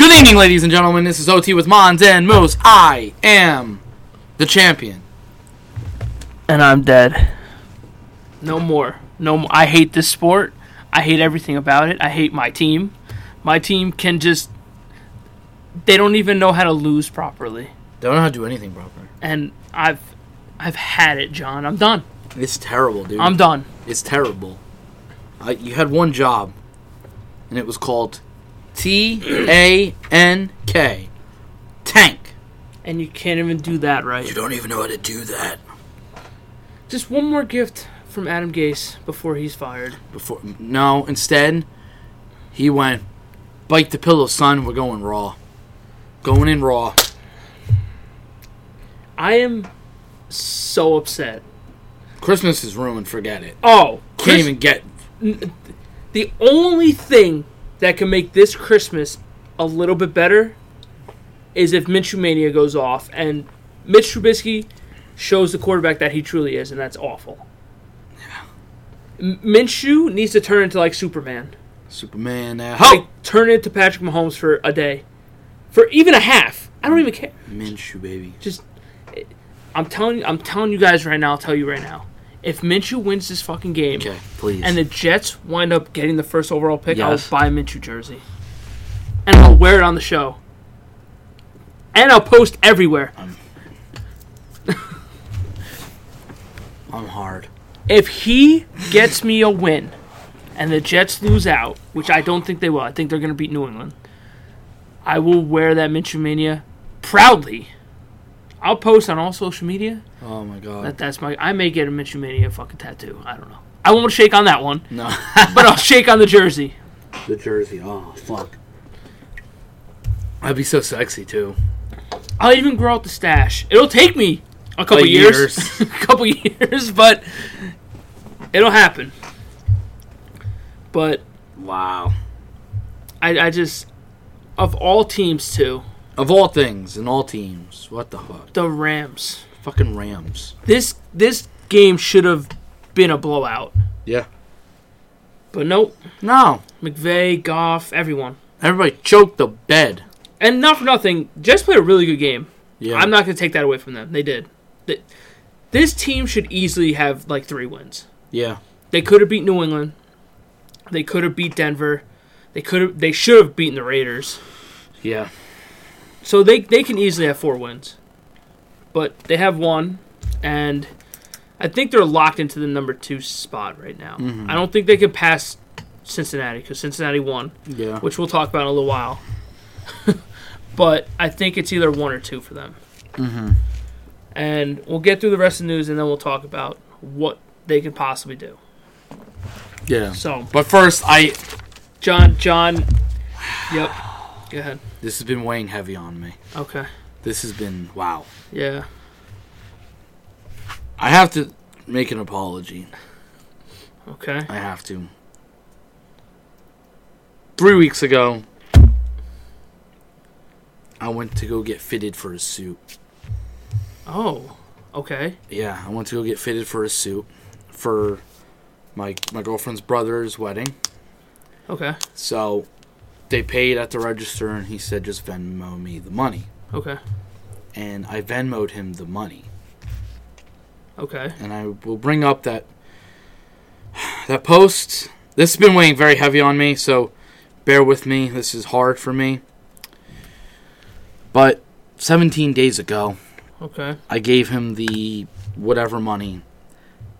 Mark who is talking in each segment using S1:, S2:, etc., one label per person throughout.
S1: morning, ladies and gentlemen. This is OT with Mons and Moose. I am the champion.
S2: and I'm dead.
S3: No more. No more. I hate this sport. I hate everything about it. I hate my team. My team can just they don't even know how to lose properly.
S1: They don't know how to do anything proper.
S3: And I've I've had it, John. I'm done.
S1: It's terrible, dude.
S3: I'm done.
S1: It's terrible. I, you had one job, and it was called T A N K. Tank.
S3: And you can't even do that right.
S1: don't even know how to do that.
S3: Just one more gift from Adam Gase before he's fired.
S1: Before no, instead, he went bite the pillow, son. We're going raw. Going in raw.
S3: I am so upset.
S1: Christmas is ruined. Forget it.
S3: Oh,
S1: Can't
S3: Chris-
S1: even get.
S3: the only thing that can make this Christmas a little bit better is if Minshew Mania goes off and Mitch Trubisky shows the quarterback that he truly is, and that's awful. M- Minshew needs to turn into like Superman.
S1: Superman. Uh,
S3: Like, turn into Patrick Mahomes for a day, for even a half. I don't even care.
S1: Minshew, baby.
S3: Just, eh, I'm telling you, I'm telling you guys right now. I'll tell you right now. If Minshew wins this fucking game,
S1: Okay, please.
S3: and the Jets wind up getting the first overall pick,
S1: Yes.
S3: I'll buy a Minshew jersey. And I'll wear it on the show. And I'll post everywhere.
S1: I'm hard.
S3: If he gets me a win and the Jets lose out, which I don't think they will, I think they're going to beat New England, I will wear that Minshew Mania proudly. I'll post on all social media
S1: Oh my god.
S3: that that's my. I may get a Minshew Mania fucking tattoo. I don't know. I won't shake on that one,
S1: no.
S3: but I'll shake on the jersey.
S1: the jersey. Oh fuck. I'd be so sexy too.
S3: I'll even grow out the stash. It'll take me a couple
S1: Like
S3: years,
S1: years.
S3: a couple years, but it'll happen. But
S1: Wow.
S3: I, I just, of all teams, too,
S1: Of all things, in all teams, what the fuck?
S3: the Rams.
S1: Fucking Rams.
S3: This this game should have been a blowout,
S1: Yeah.
S3: but nope.
S1: No.
S3: McVay, Goff, everyone,
S1: Everybody choked the bed.
S3: and not for nothing. Jets played a really good game.
S1: Yeah.
S3: I'm not gonna take that away from them. They did. Th- This team should easily have like three wins.
S1: Yeah.
S3: They could have beat New England. They could have beat Denver. They could have. They should have beaten the Raiders.
S1: Yeah.
S3: So they they can easily have four wins, but they have one, and I think they're locked into the number two spot right now. I don't think they can pass Cincinnati because Cincinnati won,
S1: Yeah.
S3: which we'll talk about in a little while. but I think it's either one or two for them. Mm-hmm. And we'll get through the rest of the news, and then we'll talk about what they can possibly do.
S1: Yeah.
S3: So.
S1: But first, I.
S3: John, John. Yep. Go ahead.
S1: This has been weighing heavy on me.
S3: Okay.
S1: This has been wow.
S3: Yeah.
S1: I have to make an apology.
S3: Okay.
S1: I have to. Three weeks ago, I went to go get fitted for a suit.
S3: Oh. Okay.
S1: Yeah, I went to go get fitted for a suit for my my girlfriend's brother's wedding.
S3: Okay.
S1: So they paid at the register, and he said, "Just Venmo me the money."
S3: Okay.
S1: And I Venmoed him the money,
S3: Okay.
S1: and I will bring up that that post. This has been weighing very heavy on me, so bear with me. This is hard for me. But 17 days ago,
S3: Okay.
S1: I gave him the whatever money,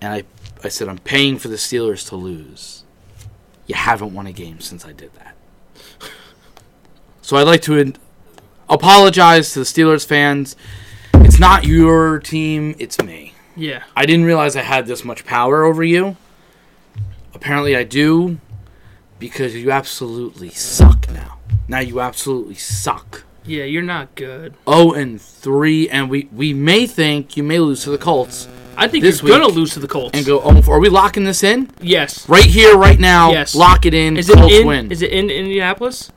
S1: and I I said I'm paying for the Steelers to lose. You haven't won a game since I did that. So I'd like to in- apologize to the Steelers fans. It's not your team, it's me.
S3: Yeah.
S1: I didn't realize I had this much power over you. Apparently I do because you absolutely suck now. Now you absolutely suck.
S3: Yeah. You're not good.
S1: 0 and 3, and we, we may think you may lose to the Colts
S3: I think
S1: This
S3: you're gonna
S1: week-
S3: lose to the Colts.
S1: and go 0 and 4. Are we locking this in?
S3: yes.
S1: Right here, right now.
S3: Yes.
S1: Lock it in.
S3: Is it
S1: Colts
S3: in?
S1: win.
S3: Is it in Indianapolis?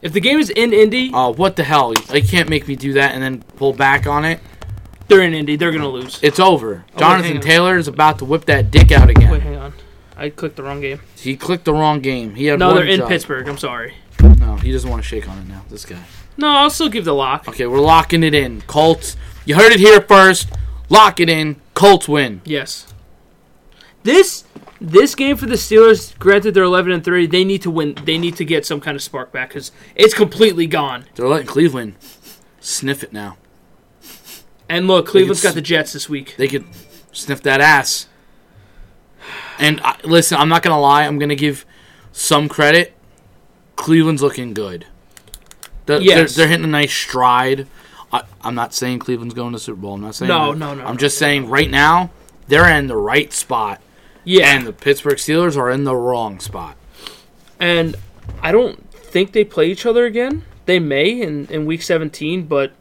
S3: If the game is in Indy,
S1: Oh, what the hell? They can't make me do that and then pull back on it.
S3: they're in Indy. They're gonna lose.
S1: It's over.
S3: Oh, wait, hang
S1: Jonathan
S3: on.
S1: Taylor is about to whip that dick out again.
S3: Wait, hang on. I clicked the wrong game.
S1: He clicked the wrong game. He had
S3: No,
S1: one
S3: they're in
S1: job.
S3: Pittsburgh. I'm sorry.
S1: No, he doesn't want to shake on it now. This guy.
S3: No, I'll still give the lock.
S1: Okay, we're locking it in. Colts. You heard it here first. Lock it in. Colts win.
S3: Yes. This this game for the Steelers, granted they're 11 and 3, they need to win. They need to get some kind of spark back cuz it's completely gone.
S1: They're letting Cleveland sniff it now.
S3: And look, Cleveland's
S1: can
S3: got the Jets this week.
S1: They could sniff that ass. And I, listen, I'm not gonna lie. I'm gonna give some credit. Cleveland's looking good. They're,
S3: Yes.
S1: they're, they're hitting a nice stride. I, I'm not saying Cleveland's going to Super Bowl. I'm not saying
S3: No,
S1: that.
S3: no, no,
S1: I'm
S3: no,
S1: just saying right now they're in the right spot,
S3: Yeah.
S1: and the Pittsburgh Steelers are in the wrong spot.
S3: and I don't think they play each other again. They may in, in week 17, but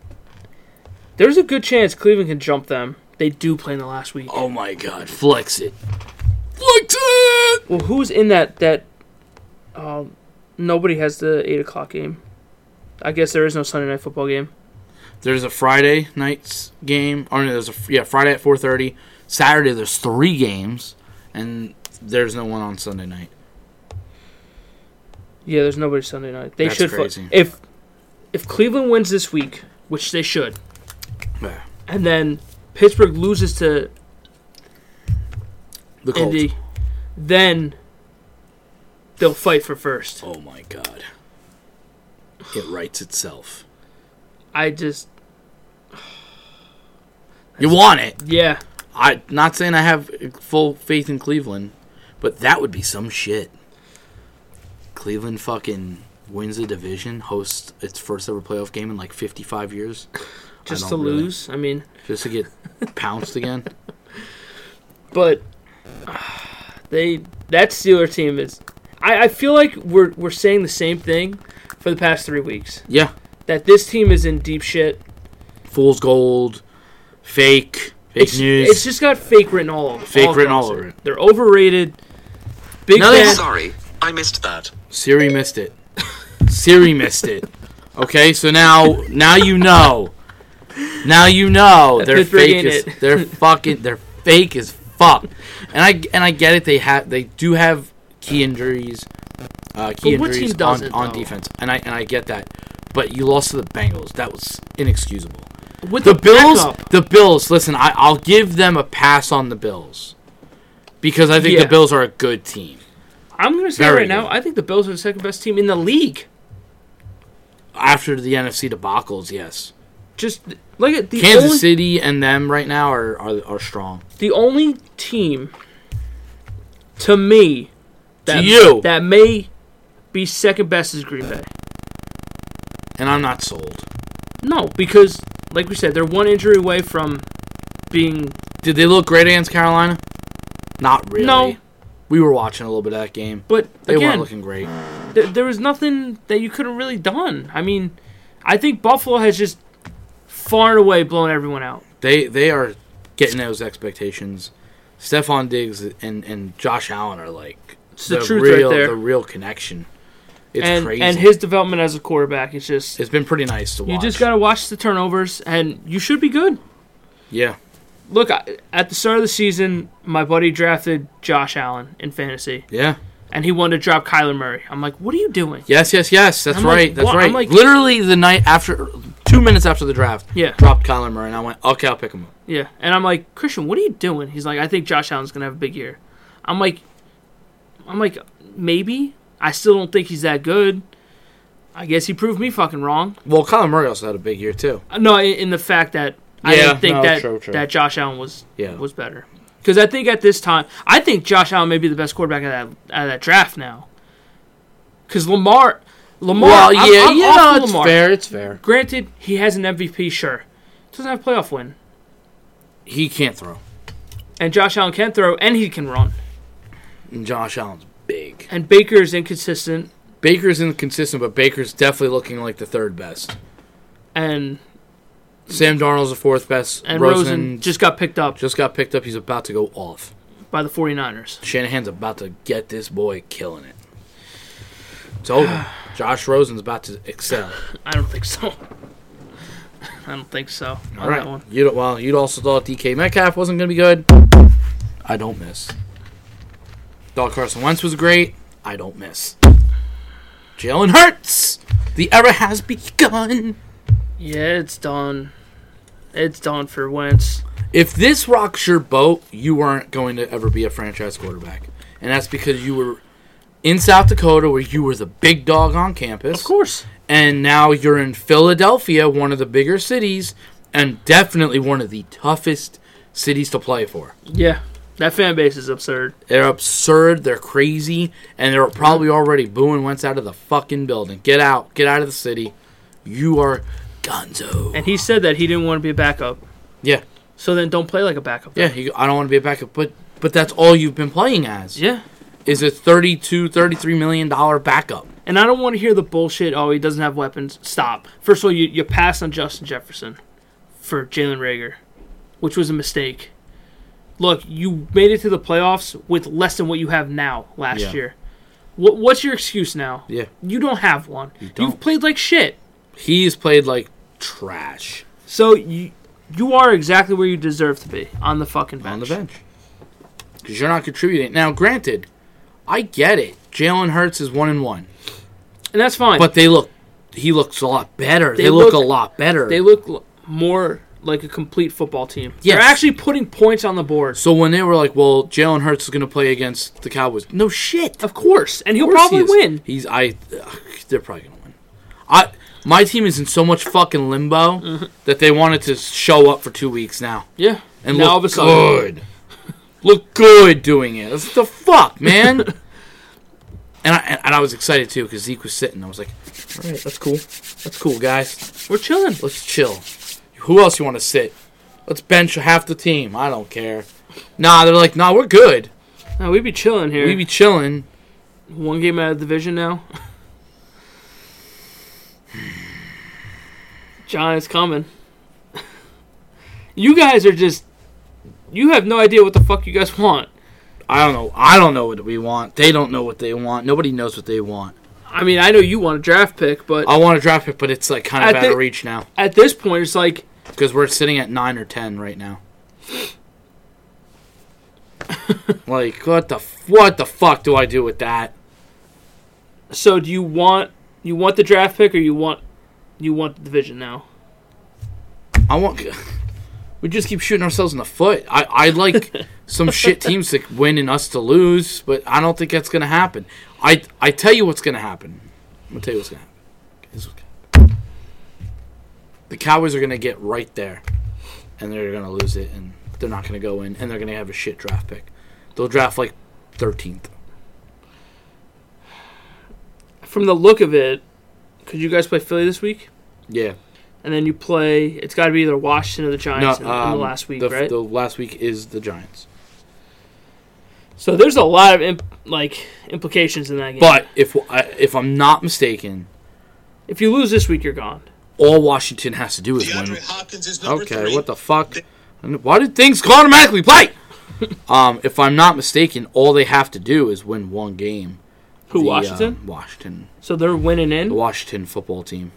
S3: there's a good chance Cleveland can jump them. They do play in the last week.
S1: Oh my God! Flex it. Flex it.
S3: Well, who's in that? That um, nobody has the eight o'clock game. I guess there is no Sunday night football game.
S1: There's a Friday night's game. Or no, there's a yeah Friday at 4:30. Saturday there's three games, and there's no one on Sunday night.
S3: Yeah, there's nobody Sunday night. They
S1: That's
S3: should. fu-
S1: crazy.
S3: if if Cleveland wins this week, which they should,
S1: Yeah.
S3: and then Pittsburgh loses to
S1: The Colts.
S3: Indy, then they'll fight for first.
S1: Oh my god. It writes itself.
S3: I just
S1: You want it.
S3: yeah.
S1: I not saying I have full faith in Cleveland, but that would be some shit. Cleveland fucking wins the division, hosts its first ever playoff game in like 55 years,
S3: Just to
S1: don't really-
S3: lose. I mean,
S1: just to get pounced again.
S3: but they that Steeler team is. I, I feel like we're we're saying the same thing for the past three weeks.
S1: Yeah,
S3: That this team is in deep shit.
S1: fool's gold, fake, fake
S3: It's,
S1: news.
S3: it's just got fake written all over.
S1: Fake written
S3: across
S1: all over it.
S3: They're overrated. Big
S1: No, they
S3: bad-
S4: Sorry, I missed that.
S1: Siri missed it. Siri missed it. Okay, so now now you know. Now you know they're
S3: Pittsburgh
S1: fake.
S3: ain't
S1: As,
S3: it.
S1: they're fucking. They're fake as fuck. And I and I get it. They have they do have key injuries. Uh, key
S3: But what
S1: injuries
S3: team doesn't,
S1: on, on
S3: though?
S1: defense, and I and I get that. But you lost to the Bengals. That was inexcusable.
S3: with
S1: The Bills.
S3: backup.
S1: The Bills. Listen, I, I'll give them a pass on the Bills because I think
S3: Yeah.
S1: the Bills are a good team.
S3: I'm gonna say
S1: Very
S3: right now,
S1: good.
S3: I think the Bills are the second best team in the league.
S1: After the NFC debacles, yes.
S3: Just look at the
S1: Kansas
S3: only
S1: City and them right now are, are, are strong.
S3: the only team to me that
S1: you.
S3: that may be second best is Green Bay.
S1: And I'm not sold.
S3: No, because like we said, they're one injury away from being
S1: Did they look great against Carolina? Not really.
S3: no.
S1: We were watching a little bit of that game.
S3: But
S1: They weren't
S3: again,
S1: looking great.
S3: th- there was nothing that you could have really done. I mean, I think Buffalo has just far and away blown everyone out.
S1: They they are getting those expectations. Stephon Diggs and, and Josh Allen are like
S3: It's the, truth
S1: real
S3: right there.
S1: the real connection. It's
S3: and
S1: crazy.
S3: and his development as a quarterback is just
S1: it's been pretty nice to watch.
S3: you just gotta watch the turnovers and you should be good.
S1: yeah.
S3: Look, I, at the start of the season, my buddy drafted Josh Allen in fantasy,
S1: Yeah.
S3: and he wanted to drop Kyler Murray. I'm like, what are you doing?
S1: Yes, yes, yes. That's
S3: I'm like,
S1: right. that's
S3: what? I'm
S1: right.
S3: like-
S1: Literally the night after, two minutes after the draft,
S3: Yeah,
S1: dropped Kyler Murray, and I went, okay, I'll pick him up.
S3: yeah. And I'm like, Christian, what are you doing? He's like, I think Josh Allen's gonna have a big year. I'm like, I'm like, maybe. I still don't think he's that good. I guess he proved me fucking wrong.
S1: Well, Kyler Murray also had a big year too.
S3: Uh, No, in, in the fact that I
S1: Yeah,
S3: didn't think
S1: no,
S3: that
S1: true, true.
S3: that Josh Allen was
S1: Yeah.
S3: was better. Because I think at this time, I think Josh Allen may be the best quarterback out of that out of that draft now. Because Lamar, Lamar,
S1: Well,
S3: I'm-
S1: yeah,
S3: I'm
S1: you
S3: off
S1: know,
S3: the
S1: it's
S3: Lamar.
S1: fair. It's fair.
S3: Granted, he has an MVP, sure, doesn't have a playoff win,
S1: He can't throw.
S3: and Josh Allen can throw and he can run,
S1: And Josh Allen's big.
S3: and Baker is inconsistent,
S1: Baker's inconsistent, but Baker's definitely looking like the third best.
S3: and
S1: Sam Darnold's the fourth best.
S3: and Rosen,
S1: Rosen just,
S3: just got picked up
S1: got picked up. He's about to go off.
S3: by the 49ers.
S1: Shanahan's about to get this boy killing it. It's over. Josh Rosen's about to excel.
S3: I don't think so. I don't think so. on
S1: All right.
S3: that one.
S1: You don't, well, you also thought DK Metcalf wasn't going to be good. I don't miss. Thought Carson Wentz was great. I don't miss. Jalen Hurts. The era has begun.
S3: Yeah, it's done. It's done for Wentz.
S1: If this rocks your boat, you aren't going to ever be a franchise quarterback, and that's because you were in South Dakota, where you were the big dog on campus.
S3: Of course.
S1: and now you're in Philadelphia, one of the bigger cities, and definitely one of the toughest cities to play for.
S3: Yeah. That fan base is absurd.
S1: They're absurd, they're crazy, and they're probably already booing Wentz out of the fucking building. Get out, get out of the city. You are Gonzo.
S3: And he said that he didn't want to be a backup.
S1: Yeah,
S3: So then don't play like a backup.
S1: yeah. You, I don't want to be a backup, but but that's all you've been playing as
S3: Yeah.
S1: is a 32 33 million dollar backup.
S3: And I don't want to hear the bullshit. Oh, he doesn't have weapons. Stop. First of all, you, you passed on Justin Jefferson for Jalen Rager, which was a mistake. Look, you made it to the playoffs with less than what you have now last
S1: Yeah.
S3: year. What, what's your excuse now?
S1: Yeah.
S3: You don't have one. You
S1: don't.
S3: have played like shit.
S1: He's played like trash
S3: So you you are exactly where you deserve to be on the fucking bench.
S1: on the bench because you're not contributing. Now, granted, I get it. Jalen Hurts is one and one,
S3: And that's fine.
S1: but they look. He looks a lot better. They,
S3: They
S1: look,
S3: look-
S1: a lot better.
S3: they look l- more like a complete football team. They're
S1: Yes.
S3: actually putting points on the board.
S1: so when they were like, "Well, Jalen Hurts is going to play against the Cowboys," no shit.
S3: Of course, and he'll
S1: course he
S3: probably
S1: is.
S3: win.
S1: He's I. ugh, they're probably going to win. I my team is in so much fucking limbo
S3: Mm-hmm.
S1: that they wanted to show up for two weeks now
S3: Yeah.
S1: and
S3: now
S1: look
S3: all of a sudden,
S1: good. Look good doing it. That's the fuck, man. and I and, and I was excited too because Zeke was sitting. I was like, all right, that's cool. That's cool, guys.
S3: we're chilling.
S1: Let's chill. Who else you want to sit? Let's bench half the team. I don't care. Nah, they're like, nah, we're good.
S3: No, we be chilling here.
S1: We be chilling.
S3: one game out of the division now. John is coming. you guys are just. You have no idea what the fuck you guys want.
S1: I don't know. I don't know what we want. They don't know what they want. Nobody knows what they want.
S3: I mean, I know you want a draft pick, but
S1: I want to draft pick, but it's like kind
S3: I
S1: of out
S3: think-
S1: of reach now
S3: at this point, it's like
S1: because we're sitting at nine or ten right now. like what the f- what the fuck do I do with that?
S3: So do you want you want the draft pick or you want you want the division now?
S1: I want. We just keep shooting ourselves in the foot. I I like some shit teams to win and us to lose, but I don't think that's gonna happen. I I tell you what's gonna happen. I'm gonna tell you what's gonna happen. Here's what's gonna happen. The Cowboys are gonna get right there, and they're gonna lose it, and they're not gonna go in, and they're gonna have a shit draft pick. They'll draft like 13th.
S3: From the look of it, could you guys play Philly this week?
S1: Yeah.
S3: And then you play it's gotta be either Washington or the Giants in, in
S1: um,
S3: the last week,
S1: the,
S3: right?
S1: The last week is the Giants.
S3: so there's a lot of imp, like implications in that game.
S1: But if I- if I'm not mistaken,
S3: if you lose this week you're gone.
S1: all Washington has to do is win.
S4: DeAndre Hopkins is number
S1: Okay,
S4: three.
S1: what the fuck? Why do things automatically play? um, if I'm not mistaken, all they have to do is win one game.
S3: Who
S1: The,
S3: Washington?
S1: um, Washington.
S3: so they're winning
S1: The
S3: in.
S1: Washington football team.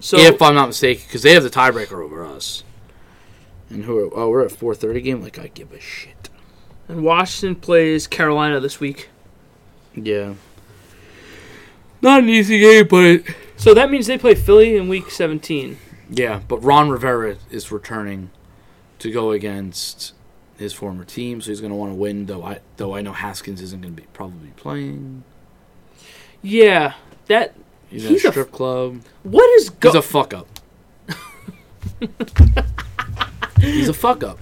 S3: So
S1: if I'm not mistaken, because they have the tiebreaker over us. And who are, oh, we're at 4.30 game? Like, I give a shit.
S3: and Washington plays Carolina this week.
S1: Yeah. Not an easy game, but...
S3: So that means they play Philly in week seventeen.
S1: Yeah, but Ron Rivera is returning to go against his former team, so he's going to want to win, though I, though I know Haskins isn't going to be probably playing.
S3: Yeah. That
S1: He's,
S3: He's
S1: in
S3: a
S1: a strip club.
S3: what is go
S1: He's a fuck up. He's a fuck up.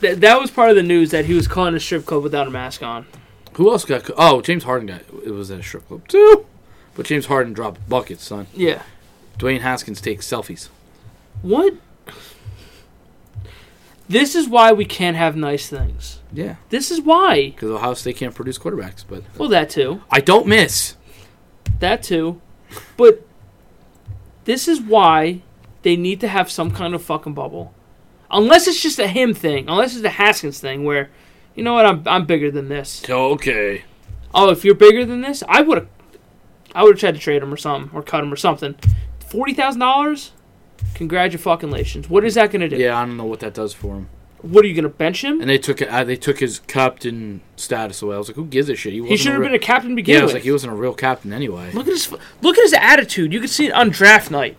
S3: Th- that was part of the news that he was calling a strip club without a mask on.
S1: Who else got? co- Oh, James Harden got. It was at a strip club too. But James Harden dropped buckets, son.
S3: Yeah.
S1: Dwayne Haskins takes selfies.
S3: What? This is why we can't have nice things.
S1: Yeah,
S3: This is why.
S1: because Ohio State can't produce quarterbacks. But
S3: Well, that too.
S1: I don't miss.
S3: That too. But this is why they need to have some kind of fucking bubble. Unless it's just a him thing. Unless it's a Haskins thing where, you know what, I'm, I'm bigger than this.
S1: Okay.
S3: Oh, if you're bigger than this, I would have I would have tried to trade him or something or cut him or something. $40,000? Congratulations. What is that going to do?
S1: Yeah, I don't know what that does for him.
S3: What are you going to bench him?
S1: And they took uh, they took his captain status away. I was like, who gives a shit?
S3: He should have been a captain to begin
S1: yeah. I was
S3: with.
S1: like, he wasn't a real captain anyway.
S3: look at his f- look at his attitude. You could see it on draft night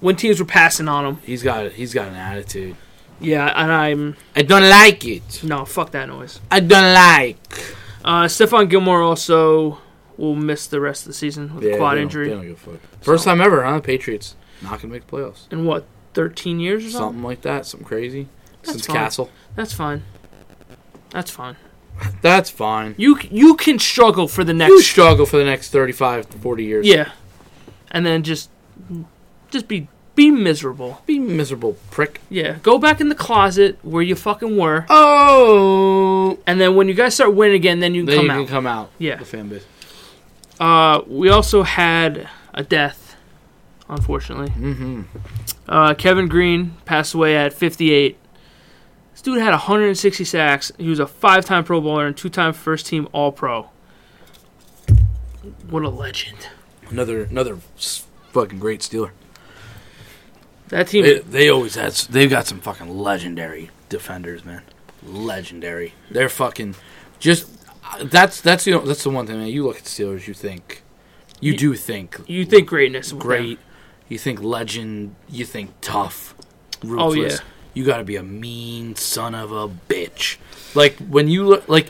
S3: when teams were passing on him.
S1: He's got he's got an attitude.
S3: Yeah, and I'm
S1: I don't like it.
S3: no fuck that noise.
S1: I don't like.
S3: Uh, Stephon Gilmore also will miss the rest of the season with a quad injury
S1: First time ever, huh? Patriots not gonna make the playoffs.
S3: in what 13 years or something.
S1: Something like that. Something crazy.
S3: That's
S1: Since
S3: fine.
S1: Castle.
S3: That's fine. That's fine.
S1: That's fine.
S3: You c- you can struggle for the
S1: You
S3: next
S1: struggle for the next 35 to 40 years.
S3: yeah, and then just just be be miserable.
S1: Be miserable prick.
S3: Yeah, go back in the closet where you fucking were,
S1: Oh.
S3: and then when you guys start winning again, then you can
S1: Then
S3: come
S1: you can
S3: out.
S1: come out.
S3: Yeah.
S1: The fan base.
S3: Uh, we also had a death, unfortunately.
S1: Mm-hmm.
S3: Uh, Kevin Green passed away at 58. This dude had 160 sacks. He was a five-time Pro Bowler and two-time first-team All-Pro. What a legend!
S1: Another another s- fucking great Steeler.
S3: That team,
S1: They, they always had. s- They've got some fucking legendary defenders, man. Legendary. They're fucking just. uh, That's that's you know that's the one thing, man. You look at the Steelers, you think, you,
S3: You-
S1: do think
S3: you think greatness? with them.
S1: great, you think legend, you think tough, ruthless.
S3: Oh, yeah.
S1: You got to be a mean son of a bitch. Like when you look like.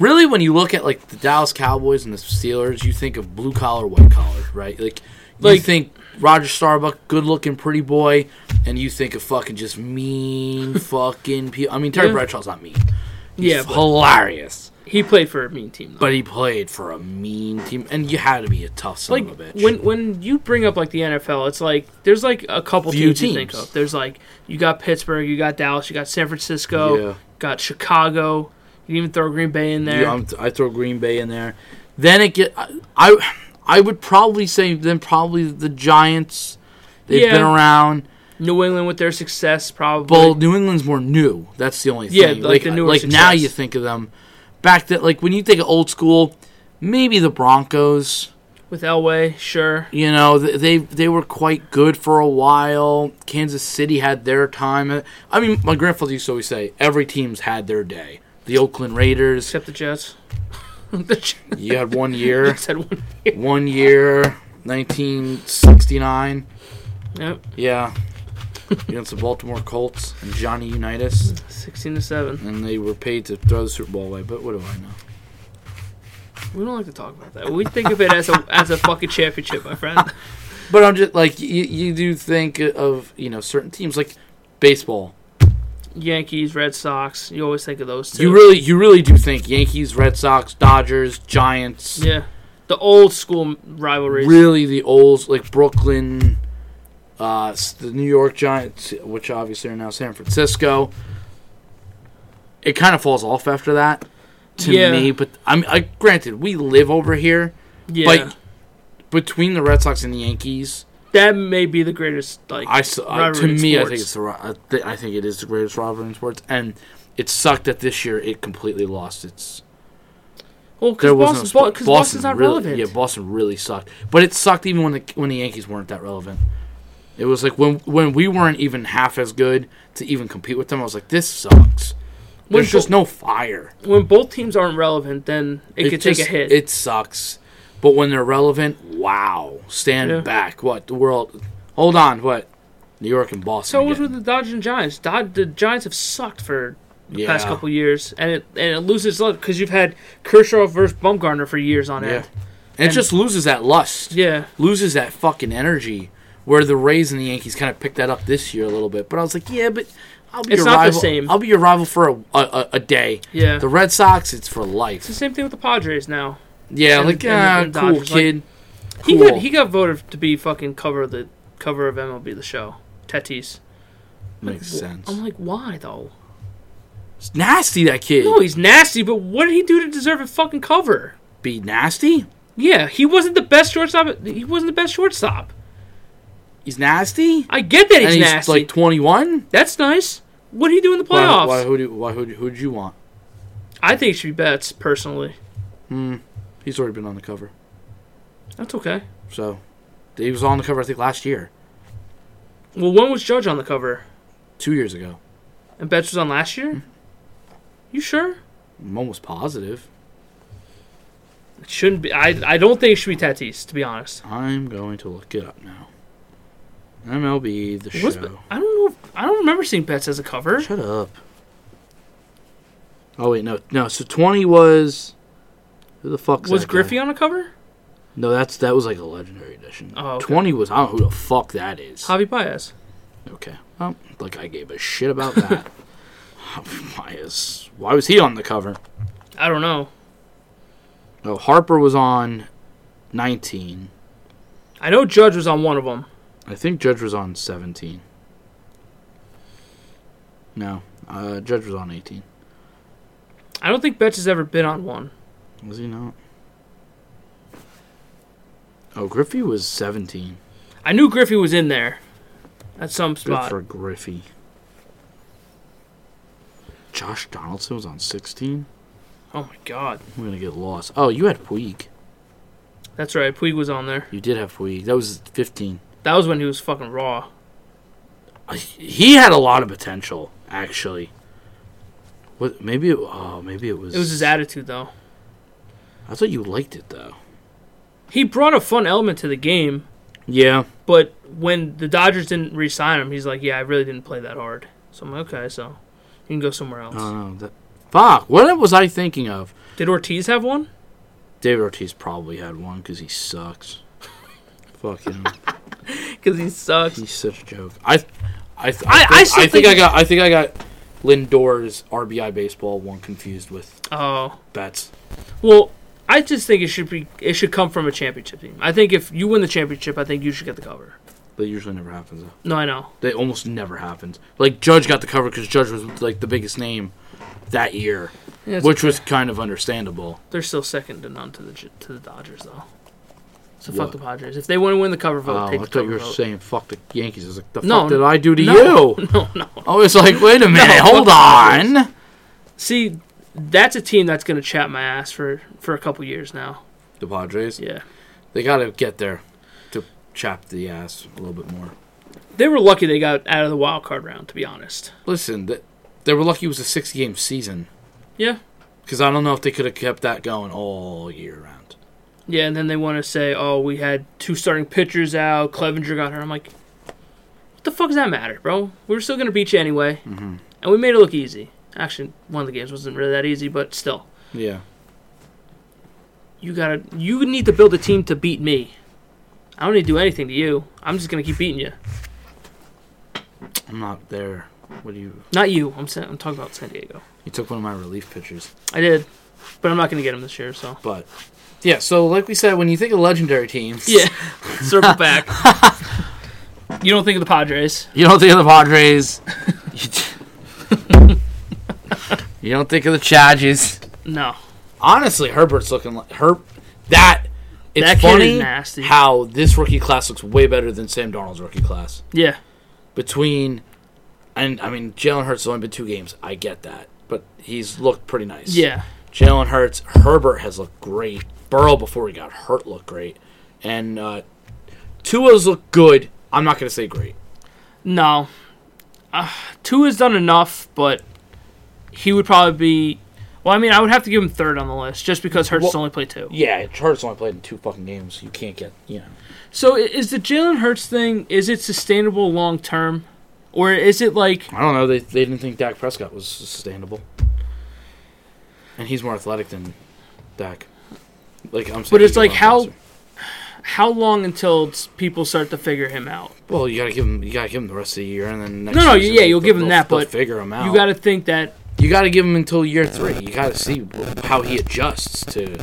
S1: Really, when you look at like the Dallas Cowboys and the Steelers, you think of blue collar, white collar, right? Like, you
S3: Like-
S1: think Roger Starbuck, good looking, pretty boy, and you think of fucking just mean fucking people. I mean, Terry
S3: Yeah.
S1: Bradshaw's not mean. He's
S3: Yeah, but
S1: hilarious,
S3: he played for a mean team. Though.
S1: but he played for a mean team, and you had to be a tough son
S3: like
S1: of a bitch.
S3: when when you bring up like the NFL, it's like there's like a couple
S1: Few
S3: teams, you think
S1: teams.
S3: of. There's like you got Pittsburgh, you got Dallas, you got San Francisco,
S1: Yeah.
S3: got Chicago. You can even throw Green Bay in there.
S1: Yeah, I'm, I throw Green Bay in there. Then it get I- I I would probably say then probably the Giants. They've been
S3: Yeah.
S1: around.
S3: New England with their success, probably.
S1: Well, New England's more new. That's the only thing.
S3: Yeah, like the newer
S1: like now
S3: success.
S1: you think of them. Back that like when you think of old school, maybe the Broncos.
S3: with Elway, sure.
S1: You know th- they they were quite good for a while. Kansas City had their time. Uh, I mean, my grandfather used to always say every team's had their day. The Oakland Raiders.
S3: Except the Jets. the Jets
S1: You had one year.
S3: had one.
S1: one year, 1969.
S3: Yep,
S1: Yeah. Against the Baltimore Colts and Johnny Unitas.
S3: sixteen to seven.
S1: And they were paid to throw the Super Bowl away, but what do I know?
S3: We don't like to talk about that. We think of it as a as a fucking championship, my friend.
S1: But I'm just like, you, you do think of, you know, certain teams like baseball.
S3: Yankees, Red Sox. You always think of those two.
S1: You really, you really do think Yankees, Red Sox, Dodgers, Giants.
S3: yeah, the old school rivalries.
S1: Really, the old like Brooklyn, uh, s- the New York Giants, which obviously are now San Francisco. It kind of falls off after that, to
S3: Yeah.
S1: me. But I'm I, granted we live over here,
S3: yeah.
S1: but between the Red Sox and the Yankees,
S3: That may be the greatest. Like,
S1: I, s- I-
S3: Rivalry
S1: to
S3: in
S1: me I
S3: sports.
S1: think it's the ri- I, th- I think it is the greatest rivalry in sports, and it sucked that this year it completely lost its
S3: well, because
S1: there wasn't
S3: Boston,
S1: a sport.
S3: Boston's, Boston's not
S1: really,
S3: relevant.
S1: Yeah, Boston really sucked. But it sucked even when the when the Yankees weren't that relevant. It was like when when we weren't even half as good to even compete with them. I was like, this sucks.
S3: When
S1: There's just
S3: Bo-
S1: no fire.
S3: when both teams aren't relevant, then it, could
S1: just,
S3: take a hit.
S1: It sucks. But when they're relevant, wow, stand
S3: Yeah.
S1: back. What the world? Hold on. What? New York and Boston.
S3: so it was
S1: again.
S3: with the Dodgers and Giants. Dod- the Giants have sucked for the
S1: yeah.
S3: past couple years, and it and it loses luck because you've had Kershaw versus Bumgarner for years on
S1: Yeah.
S3: end.
S1: And,
S3: And-
S1: it just loses that lust.
S3: Yeah,
S1: loses that fucking energy. Where the Rays and the Yankees kind of picked that up this year a little bit, but I was like, yeah, but I'll be
S3: It's
S1: your
S3: not the
S1: rival.
S3: same.
S1: I'll be your rival for a, a, a, a day.
S3: yeah.
S1: The Red Sox, it's for
S3: it's the
S1: life.
S3: same thing with the Padres now.
S1: Yeah,
S3: And-
S1: like
S3: and-
S1: ah,
S3: and
S1: cool
S3: Dodgers, like-
S1: kid.
S3: He
S1: Cool.
S3: got he got voted to be fucking cover of the cover of MLB the show. Tatis.
S1: Makes sense.
S3: I'm like, why though?
S1: It's nasty that kid.
S3: No, he's nasty, but what did he do to deserve a fucking cover?
S1: Be nasty.
S3: Yeah, he wasn't the best shortstop. He wasn't the best shortstop.
S1: He's nasty.
S3: I get that
S1: and
S3: he's,
S1: he's
S3: nasty.
S1: like 21.
S3: That's nice. What did he do in the
S1: Why,
S3: playoffs?
S1: why, who do, why, who, do- who'd you want?
S3: I think it should be Betts personally.
S1: He's already been on the cover.
S3: That's okay.
S1: So, he was on the cover, I think, last year,
S3: Well, when was Judge on the cover?
S1: two years ago.
S3: and Betts was on last year?
S1: Hmm.
S3: You sure?
S1: I'm almost positive.
S3: It shouldn't be. I, I don't think it should be Tatis, to be honest.
S1: I'm going to look it up now. MLB the
S3: Was-
S1: show.
S3: I don't know. If, I don't remember seeing Betts as a cover.
S1: Shut up. Oh wait, no, no. So twenty was who the fuck
S3: Was
S1: that guy?
S3: Griffey on a cover?
S1: No, that's that was like a legendary edition.
S3: Oh, okay.
S1: Twenty was I don't know who the fuck that is.
S3: Javi Baez.
S1: Okay, well, like I gave a shit about that. why is why was he on the cover?
S3: I don't know.
S1: No, Harper was on nineteen.
S3: I know Judge was on one of them.
S1: I think Judge was on 17. No, uh, Judge was on 18.
S3: I don't think Betts has ever been on one.
S1: Was he not? Oh, Griffey was 17.
S3: I knew Griffey was in there at some
S1: Good
S3: spot.
S1: for Griffey. Josh Donaldson was on 16.
S3: Oh my god.
S1: I'm going to get lost. Oh, you had Puig.
S3: That's right. Puig was on there.
S1: You did have Puig. That was 15.
S3: That was when he was fucking raw.
S1: Uh, He had a lot of potential, actually. What? Maybe it, oh, maybe it was.
S3: It was his attitude though.
S1: I thought you liked it though.
S3: He brought a fun element to the game,
S1: Yeah,
S3: but when the Dodgers didn't re-sign him, he's like, "Yeah, I really didn't play that hard." So I'm like, "Okay, so you can go somewhere else."
S1: Oh no, that fuck. What was I thinking of?
S3: Did Ortiz have one?
S1: David Ortiz probably had one because he sucks. fuck him.
S3: Because he sucks.
S1: He's such a joke. I, I, I, think,
S3: I
S1: I,
S3: still
S1: think,
S3: think-
S1: I got. I think I got Lindor's RBI baseball one confused with
S3: Oh.
S1: Betts.
S3: Well, I just think it should be it should come from a championship team. I think if you win the championship, I think you should get the cover.
S1: That usually never happens. Though.
S3: No, I know.
S1: That almost never happens. Like Judge got the cover because Judge was like the biggest name that year,
S3: Yeah, it's
S1: which was kind of understandable.
S3: They're still second to none to the J- to the Dodgers though. So
S1: What?
S3: fuck the Padres. If they want to win the cover vote,
S1: Oh, I
S3: take the
S1: thought
S3: cover
S1: you were
S3: vote.
S1: saying fuck the Yankees. I was like, the
S3: No,
S1: fuck did I do to
S3: no,
S1: you?
S3: No, no.
S1: I was like, wait a minute,
S3: fuck
S1: hold
S3: the
S1: on.
S3: Dodgers. See, that's a team that's going to chat my ass for for a couple years now.
S1: The Padres.
S3: Yeah.
S1: They got to get there to chop the ass a little bit more.
S3: They were lucky they got out of the wild card round, to be honest.
S1: Listen, th- they were lucky it was a six game season
S3: Yeah.
S1: because I don't know if they could have kept that going all year round.
S3: Yeah, and then they want to say, "Oh, we had two starting pitchers out. Clevenger got hurt." I'm like, "What the fuck does that matter, bro? We were still gonna beat you anyway, and we made it look easy. Actually, one of the games wasn't really that easy, but still,
S1: Yeah.
S3: you gotta, you need to build a team to beat me. I don't need to do anything to you. I'm just gonna keep beating you.
S1: I'm not there. What do you.
S3: Not you. I'm saying, I'm talking about San Diego.
S1: You took one of my relief pitchers.
S3: I did, but I'm not gonna get him this year. So
S1: But. Yeah, so like we said, when you think of legendary teams,
S3: yeah, circle back. you don't think of the Padres?
S1: you don't think of the Padres. you, you don't think of the Chargers.
S3: No.
S1: Honestly, Herbert's looking like Herb. That it's
S3: That kid is
S1: funny
S3: nasty.
S1: how this rookie class looks way better than Sam Darnold's rookie class.
S3: Yeah.
S1: Between, and I mean Jalen Hurts has only been two games. I get that, but he's looked pretty nice.
S3: Yeah.
S1: Jalen Hurts, Herbert has looked great. Burrow before he got hurt looked great, and uh, Tua's looked good. I'm not gonna say great.
S3: No. Uh, Tua's done enough, but he would probably be. Well, I mean, I would have to give him third on the list just because Hurts
S1: Well-
S3: only played two.
S1: Yeah, Hurts only played in two fucking games. You can't get you know.
S3: So i- is the Jalen Hurts thing is it sustainable long term, or is it like
S1: I don't know. They, they didn't think Dak Prescott was sustainable, and he's more athletic than Dak. Like I'm, saying
S3: But it's
S1: he's a
S3: like
S1: run
S3: how-
S1: passer.
S3: how long until s- people start to figure him out?
S1: Well, you gotta give him. You gotta give him the rest of the year, and then next
S3: No, no,
S1: season
S3: yeah,
S1: they'll-
S3: you'll give him
S1: they'll-
S3: that,
S1: they'll
S3: but
S1: figure him out.
S3: You got to think that
S1: you gotta give him until year three. You gotta see how he adjusts to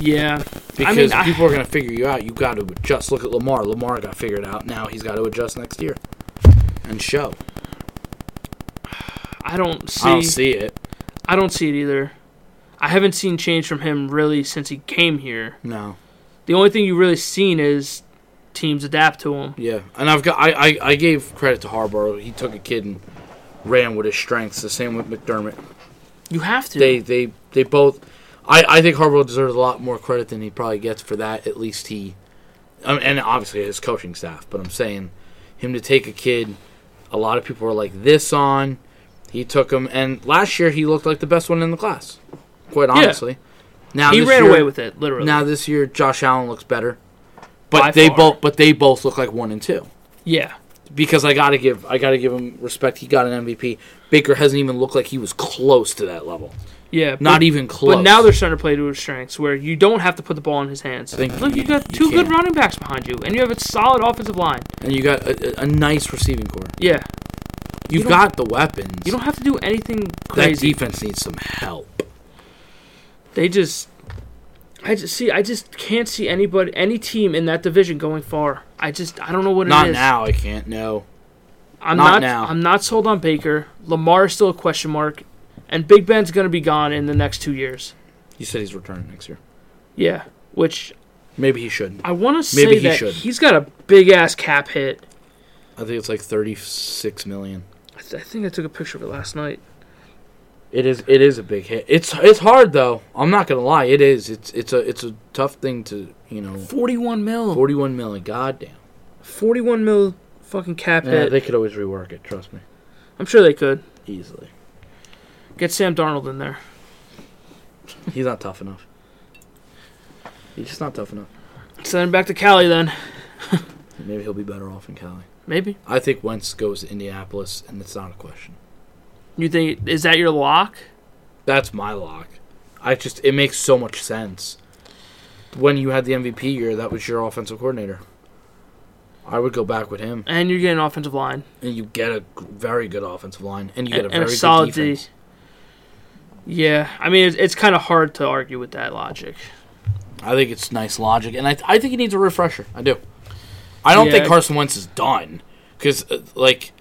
S3: yeah.
S1: because
S3: I-
S1: people are gonna figure you out. You got to adjust. Look at Lamar. Lamar got figured out. Now he's got to adjust next year and show.
S3: I don't see
S1: I don't see it.
S3: I don't see it either. I haven't seen change from him really since he came here.
S1: No.
S3: The only thing you really seen is teams adapt to him.
S1: Yeah, and I've got I, I, I gave credit to Harbaugh. He took a kid and ran with his strengths. The same with McDermott.
S3: You have to.
S1: They they they both. I, I think Harbaugh deserves a lot more credit than he probably gets for that. At least he, um, and obviously his coaching staff. But I'm saying, him to take a kid, a lot of people are like this on. He took him, and last year he looked like the best one in the class. Quite
S3: Yeah.
S1: honestly, now
S3: he
S1: this
S3: ran
S1: year-
S3: away with it, literally.
S1: Now this year, Josh Allen looks better, but
S3: By
S1: they
S3: far.
S1: both but they both look like one and two
S3: yeah.
S1: because I gotta give I gotta give him respect. He got an MVP. Baker hasn't even looked like he was close to that level.
S3: Yeah.
S1: Not
S3: but-
S1: even close.
S3: But now they're starting to play to his strengths, where you don't have to put the ball in his hands.
S1: think
S3: Look,
S1: you-
S3: you got
S1: you
S3: two good
S1: can.
S3: running backs behind you, and you have a solid offensive line.
S1: and you got a, a, a nice receiving core.
S3: Yeah,
S1: You've
S3: don't-
S1: got the weapons.
S3: you don't have to do anything
S1: that
S3: crazy.
S1: defense needs some help.
S3: They just, I just see, I just can't see anybody, any team in that division going far. I just, I don't know what
S1: Not
S3: it is.
S1: now. I can't. No.
S3: I'm
S1: Not
S3: not,
S1: now.
S3: I'm not sold on Baker. Lamar is still a question mark, and Big Ben's gonna be gone in the next two years.
S1: You said he's returning next year.
S3: Yeah, which
S1: Maybe he should.
S3: I want to say
S1: Maybe he
S3: that
S1: should.
S3: he's got a big ass cap hit.
S1: I think it's like thirty-six million.
S3: I, th- I think I took a picture of it last night.
S1: It is. It is a big hit. It's. It's hard though. I'm not gonna lie. It is. It's. It's a. It's a tough thing to. You know.
S3: Forty-one mil.
S1: Forty-one million. Goddamn.
S3: 41 mil fucking cap
S1: Yeah,
S3: hit.
S1: they could always rework it. Trust me.
S3: I'm sure they could.
S1: Easily.
S3: Get Sam Darnold in there.
S1: He's not tough enough. He's just not tough enough.
S3: Send him back to Cali then.
S1: Maybe he'll be better off in Cali.
S3: Maybe.
S1: I think Wentz goes to Indianapolis, and it's not a question.
S3: You think, is that your lock?
S1: That's my lock. I just it makes so much sense. When you had the MVP year, that was your offensive coordinator. I would go back with him,
S3: And you're getting offensive line.
S1: and you get a g- very good offensive line, and you
S3: And
S1: get
S3: and
S1: a
S3: a,
S1: very
S3: solid
S1: good defense.
S3: D. Yeah. I mean, it's, it's kind of hard to argue with that logic.
S1: I think it's nice logic, and I, th- I think he needs a refresher. I do. I don't think
S3: Yeah.
S1: Carson Wentz is done because, uh, like,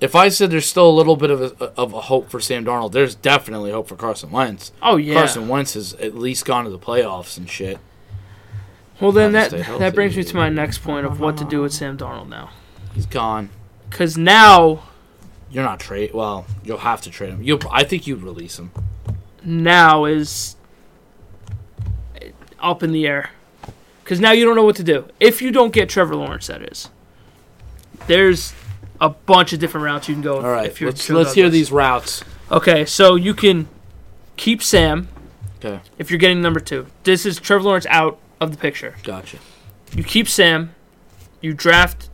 S1: if I said there's still a little bit of a, of a hope for Sam Darnold, there's definitely hope for Carson Wentz.
S3: Oh, yeah.
S1: Carson Wentz has at least gone to the playoffs and shit.
S3: well, then
S1: Trying
S3: that,
S1: to stay
S3: that brings me
S1: healthy.
S3: to my next point of what to do with Sam Darnold now.
S1: He's gone.
S3: Because now,
S1: You're not trade. Well, you'll have to trade him. You, I think you'd release him.
S3: now is up in the air because now you don't know what to do if you don't get Trevor Lawrence. That is, there's a bunch of different routes you can go. if-
S1: All right,
S3: if you're
S1: let's
S3: Joe
S1: let's hear
S3: Douglas.
S1: these routes.
S3: Okay, so you can keep Sam
S1: Okay,
S3: if you're getting number two. This is Trevor Lawrence out of the picture.
S1: gotcha.
S3: You keep Sam, you draft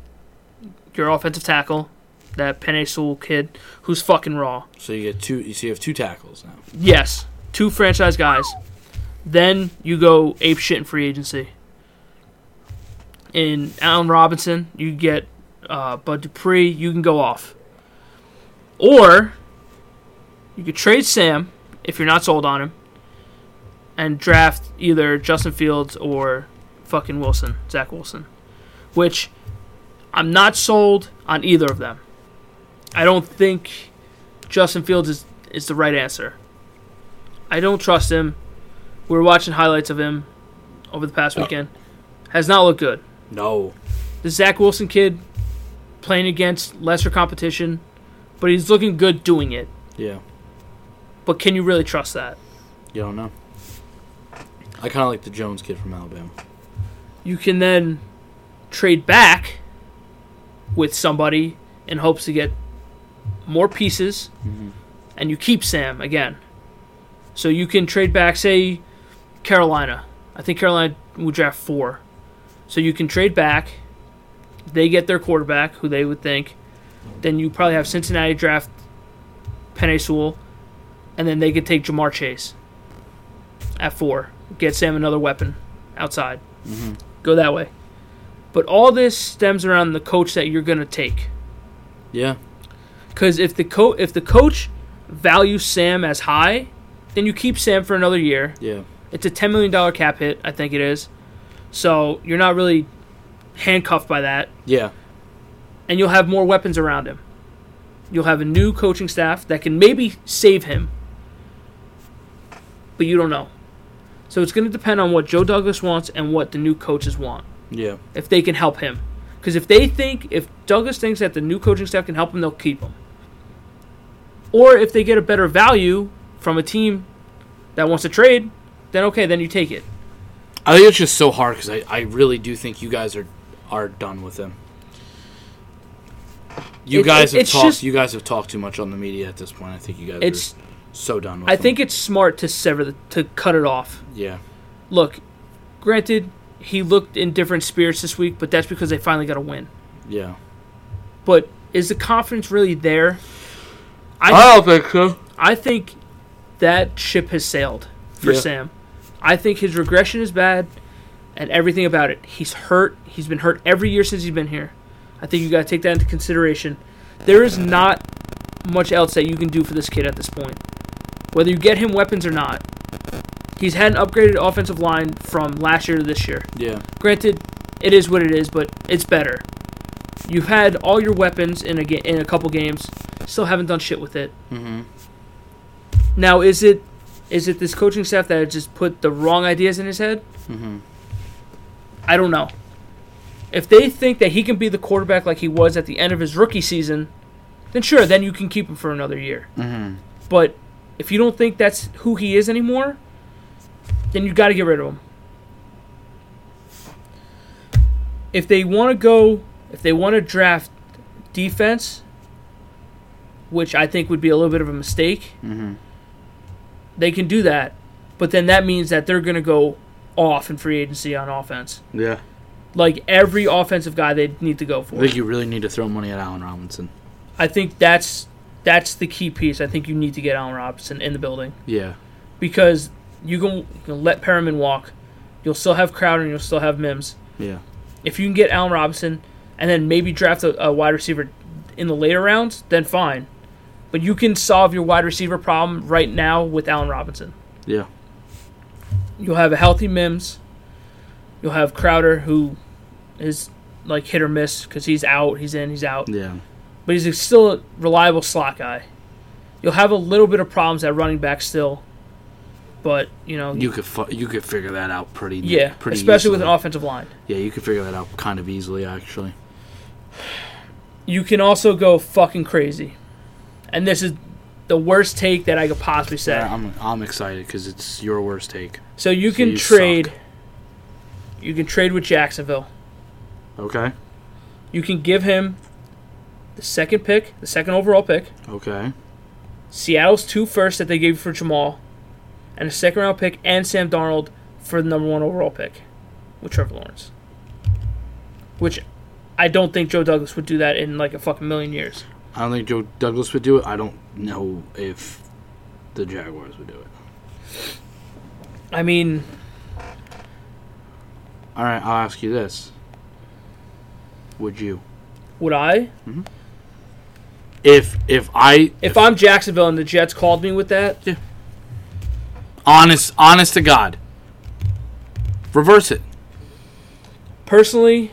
S3: your offensive tackle, that Penny Sewell kid who's fucking raw.
S1: So you get two. So you have two tackles now.
S3: Yes, two franchise guys. Then you go ape shit in free agency. In Allen Robinson, you get uh, Bud Dupree. You can go off, or you could trade Sam if you're not sold on him, and draft either Justin Fields or fucking Wilson, Zach Wilson. Which I'm not sold on either of them. I don't think Justin Fields is is the right answer. I don't trust him. We were watching highlights of him over the past weekend. Has not looked good.
S1: No,
S3: The Zach Wilson kid playing against lesser competition, but he's looking good doing it.
S1: yeah,
S3: But can you really trust that?
S1: you don't know. I kind of like the Jones kid from Alabama.
S3: You can then trade back with somebody in hopes to get more pieces, and you keep Sam again. So you can trade back, say, Carolina. I think Carolina would draft four. So you can trade back. They get their quarterback, who they would think. Then you probably have Cincinnati draft Penny Sewell, and then they could take Jamar Chase at four. Get Sam another weapon outside. Go that way. But all this stems around the coach that you're going to take.
S1: Yeah,
S3: Because if the co- if the coach values Sam as high, then you keep Sam for another year.
S1: yeah.
S3: It's a ten million dollar cap hit, I think it is. So you're not really handcuffed by that,
S1: Yeah.
S3: and you'll have more weapons around him. You'll have a new coaching staff that can maybe save him, but you don't know. So it's going to depend on what Joe Douglas wants and what the new coaches want.
S1: Yeah.
S3: if they can help him. Because if they think, if Douglas thinks that the new coaching staff can help him, they'll keep him. Or if they get a better value from a team that wants to trade, then okay, then you take it.
S1: I think it's just so hard because I, I really do think you guys are are done with him. You
S3: It-
S1: guys
S3: it-
S1: have
S3: it's
S1: talked.
S3: just-
S1: you guys have talked too much on the media at this point. I think you guys
S3: It's.
S1: are so done. With
S3: I
S1: them.
S3: think it's smart to sever the, to cut it off.
S1: Yeah.
S3: Look, granted, he looked in different spirits this week, but that's because they finally got a win.
S1: Yeah.
S3: But is the confidence really there?
S1: don't think so.
S3: I think that ship has sailed for
S1: Yeah.
S3: Sam. I think his regression is bad and everything about it. He's hurt. He's been hurt every year since he's been here. I think you got to take that into consideration. There is not much else that you can do for this kid at this point. Whether you get him weapons or not, he's had an upgraded offensive line from last year to this year.
S1: Yeah.
S3: Granted, it is what it is, but it's better. You've had all your weapons in a ga- in a couple games, still haven't done shit with it.
S1: Mm-hmm.
S3: Now, is it is it this coaching staff that just put the wrong ideas in his head?
S1: Mm-hmm.
S3: I don't know. If they think that he can be the quarterback like he was at the end of his rookie season, then sure, then you can keep him for another year.
S1: Mm-hmm.
S3: But if you don't think that's who he is anymore, then you got to get rid of him. If they want to go, if they want to draft defense, which I think would be a little bit of a mistake,
S1: Mhm.
S3: they can do that. But then that means that they're going to go off in free agency on offense.
S1: Yeah.
S3: Like every offensive guy they need to go
S1: I
S3: for.
S1: think you really need to throw money at Allen Robinson.
S3: I think that's that's the key piece. I think you need to get Allen Robinson in the building.
S1: Yeah.
S3: because you can, you can let Perriman walk. You'll still have Crowder and you'll still have Mims.
S1: Yeah.
S3: If you can get Allen Robinson and then maybe draft a, a wide receiver in the later rounds, then fine. But you can solve your wide receiver problem right now with Allen Robinson.
S1: Yeah.
S3: You'll have a healthy Mims. You'll have Crowder, who is like hit or miss because he's out, he's in, he's out.
S1: Yeah.
S3: But he's a- still a reliable slot guy. You'll have a little bit of problems at running back still. But, you know,
S1: You could fu- you could figure that out pretty.
S3: Yeah,
S1: Pretty
S3: especially with an
S1: easily.
S3: offensive line.
S1: Yeah, you could figure that out kind of easily actually.
S3: You can also go fucking crazy, and this is the worst take that I could possibly say.
S1: Yeah, I'm I'm excited because it's your worst take.
S3: So you
S1: So
S3: can
S1: you
S3: trade.
S1: suck.
S3: You can trade with Jacksonville.
S1: Okay.
S3: You can give him the second pick, the second overall pick.
S1: Okay.
S3: Seattle's two first that they gave you for Jamal, and a second round pick and Sam Darnold for the number one overall pick with Trevor Lawrence. Which I don't think Joe Douglas would do that in like a fucking million years.
S1: I don't think Joe Douglas would do it. I don't know if the Jaguars would do it.
S3: I mean,
S1: All right, I'll ask you this. Would you?
S3: would I?
S1: If if I
S3: If I'm Jacksonville and the Jets called me with that,
S1: honest honest to God, reverse it.
S3: personally,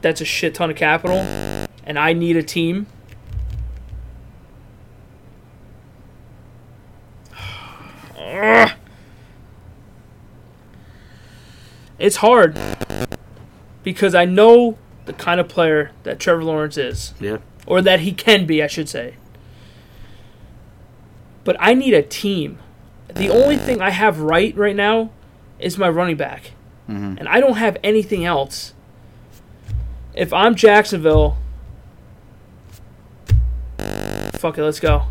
S3: that's a shit ton of capital, and I need a team. It's hard because I know the kind of player that Trevor Lawrence is,
S1: Yeah.
S3: or that he can be, I should say. But I need a team. The only thing I have right right now is my running back
S1: Mm-hmm.
S3: and I don't have anything else. If I'm Jacksonville, fuck it, let's go.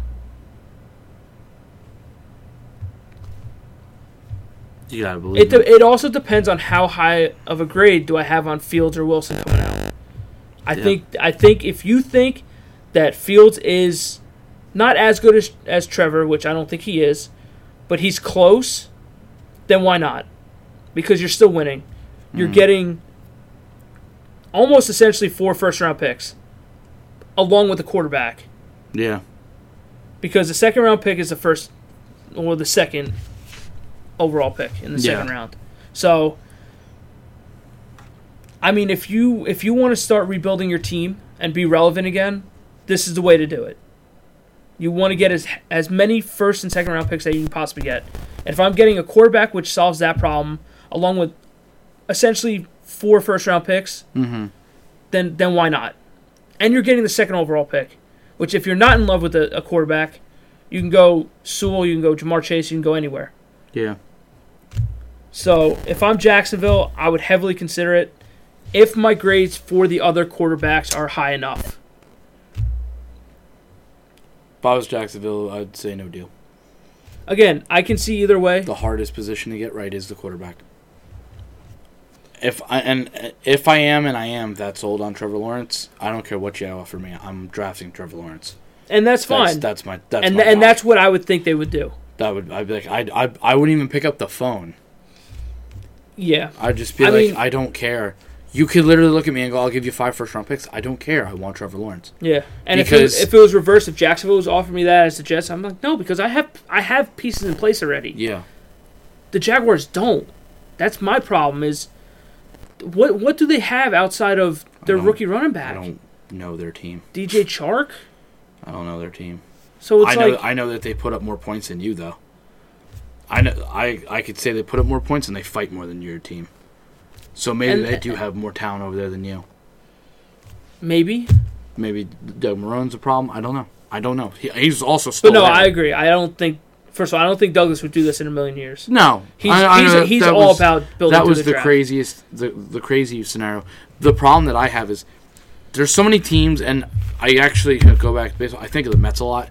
S1: You gotta believe
S3: It
S1: it.
S3: de- it also depends on how high of a grade do I have on Fields or Wilson coming out. I
S1: Yeah.
S3: think I think if you think that Fields is not as good as as Trevor, which I don't think he is, but he's close, then why not? Because you're still winning. You're getting almost essentially four first round picks along with the quarterback
S1: Yeah.
S3: because the second round pick is the first or the second overall pick in the
S1: Yeah.
S3: second round. So I mean if you if you want to start rebuilding your team and be relevant again, this is the way to do it. You want to get as as many first and second round picks that you can possibly get. And if I'm getting a quarterback which solves that problem along with essentially four first round picks,
S1: Mm-hmm.
S3: then then why not? And you're getting the second overall pick, which if you're not in love with a, a quarterback, you can go Sewell, you can go Jamar Chase, you can go anywhere.
S1: Yeah.
S3: So if I'm Jacksonville, I would heavily consider it. if my grades for the other quarterbacks are high enough.
S1: If I was Jacksonville, I'd say no deal.
S3: Again, I can see either way.
S1: The hardest position to get right is the quarterback. If I and uh, if I am and I am that sold on Trevor Lawrence, I don't care what you offer me. I'm drafting Trevor Lawrence.
S3: And that's
S1: That's,
S3: fine.
S1: that's my that's
S3: and
S1: my
S3: th- and
S1: guy.
S3: that's what I would think they would do.
S1: that would I'd be like I I I wouldn't even pick up the phone.
S3: Yeah.
S1: I'd just be
S3: I
S1: like
S3: mean-
S1: I don't care. You could literally look at me and go, "I'll give you five first round picks." I don't care. I want Trevor Lawrence.
S3: Yeah, and
S1: Because-
S3: if, it, if it was reversed, if Jacksonville was offering me that as the Jets, I'm like, no, because I have I have pieces in place already.
S1: Yeah,
S3: The Jaguars don't. That's my problem. Is what what do they have outside of their
S1: don't-
S3: rookie running
S1: I
S3: back,
S1: don't know their team.
S3: DJ Chark?
S1: I don't know their team.
S3: So it's
S1: I know
S3: like
S1: I know that they put up more points than you though. I know I I could say they put up more points and they fight more than your team. So maybe
S3: And-
S1: they do have more talent over there than you.
S3: maybe,
S1: Maybe Doug Marone's a problem. I don't know. I don't know. He, he's also still.
S3: but no,
S1: there.
S3: I agree. I don't think. First of all, I don't think Douglas would do this in a million years.
S1: No,
S3: He's
S1: I- I
S3: he's,
S1: know
S3: he's
S1: that
S3: all
S1: was-
S3: about building.
S1: That
S3: to
S1: was
S3: the,
S1: the
S3: draft.
S1: craziest, the the craziest scenario. The problem that I have is there's so many teams, and I actually go back to baseball. I think of the Mets a lot,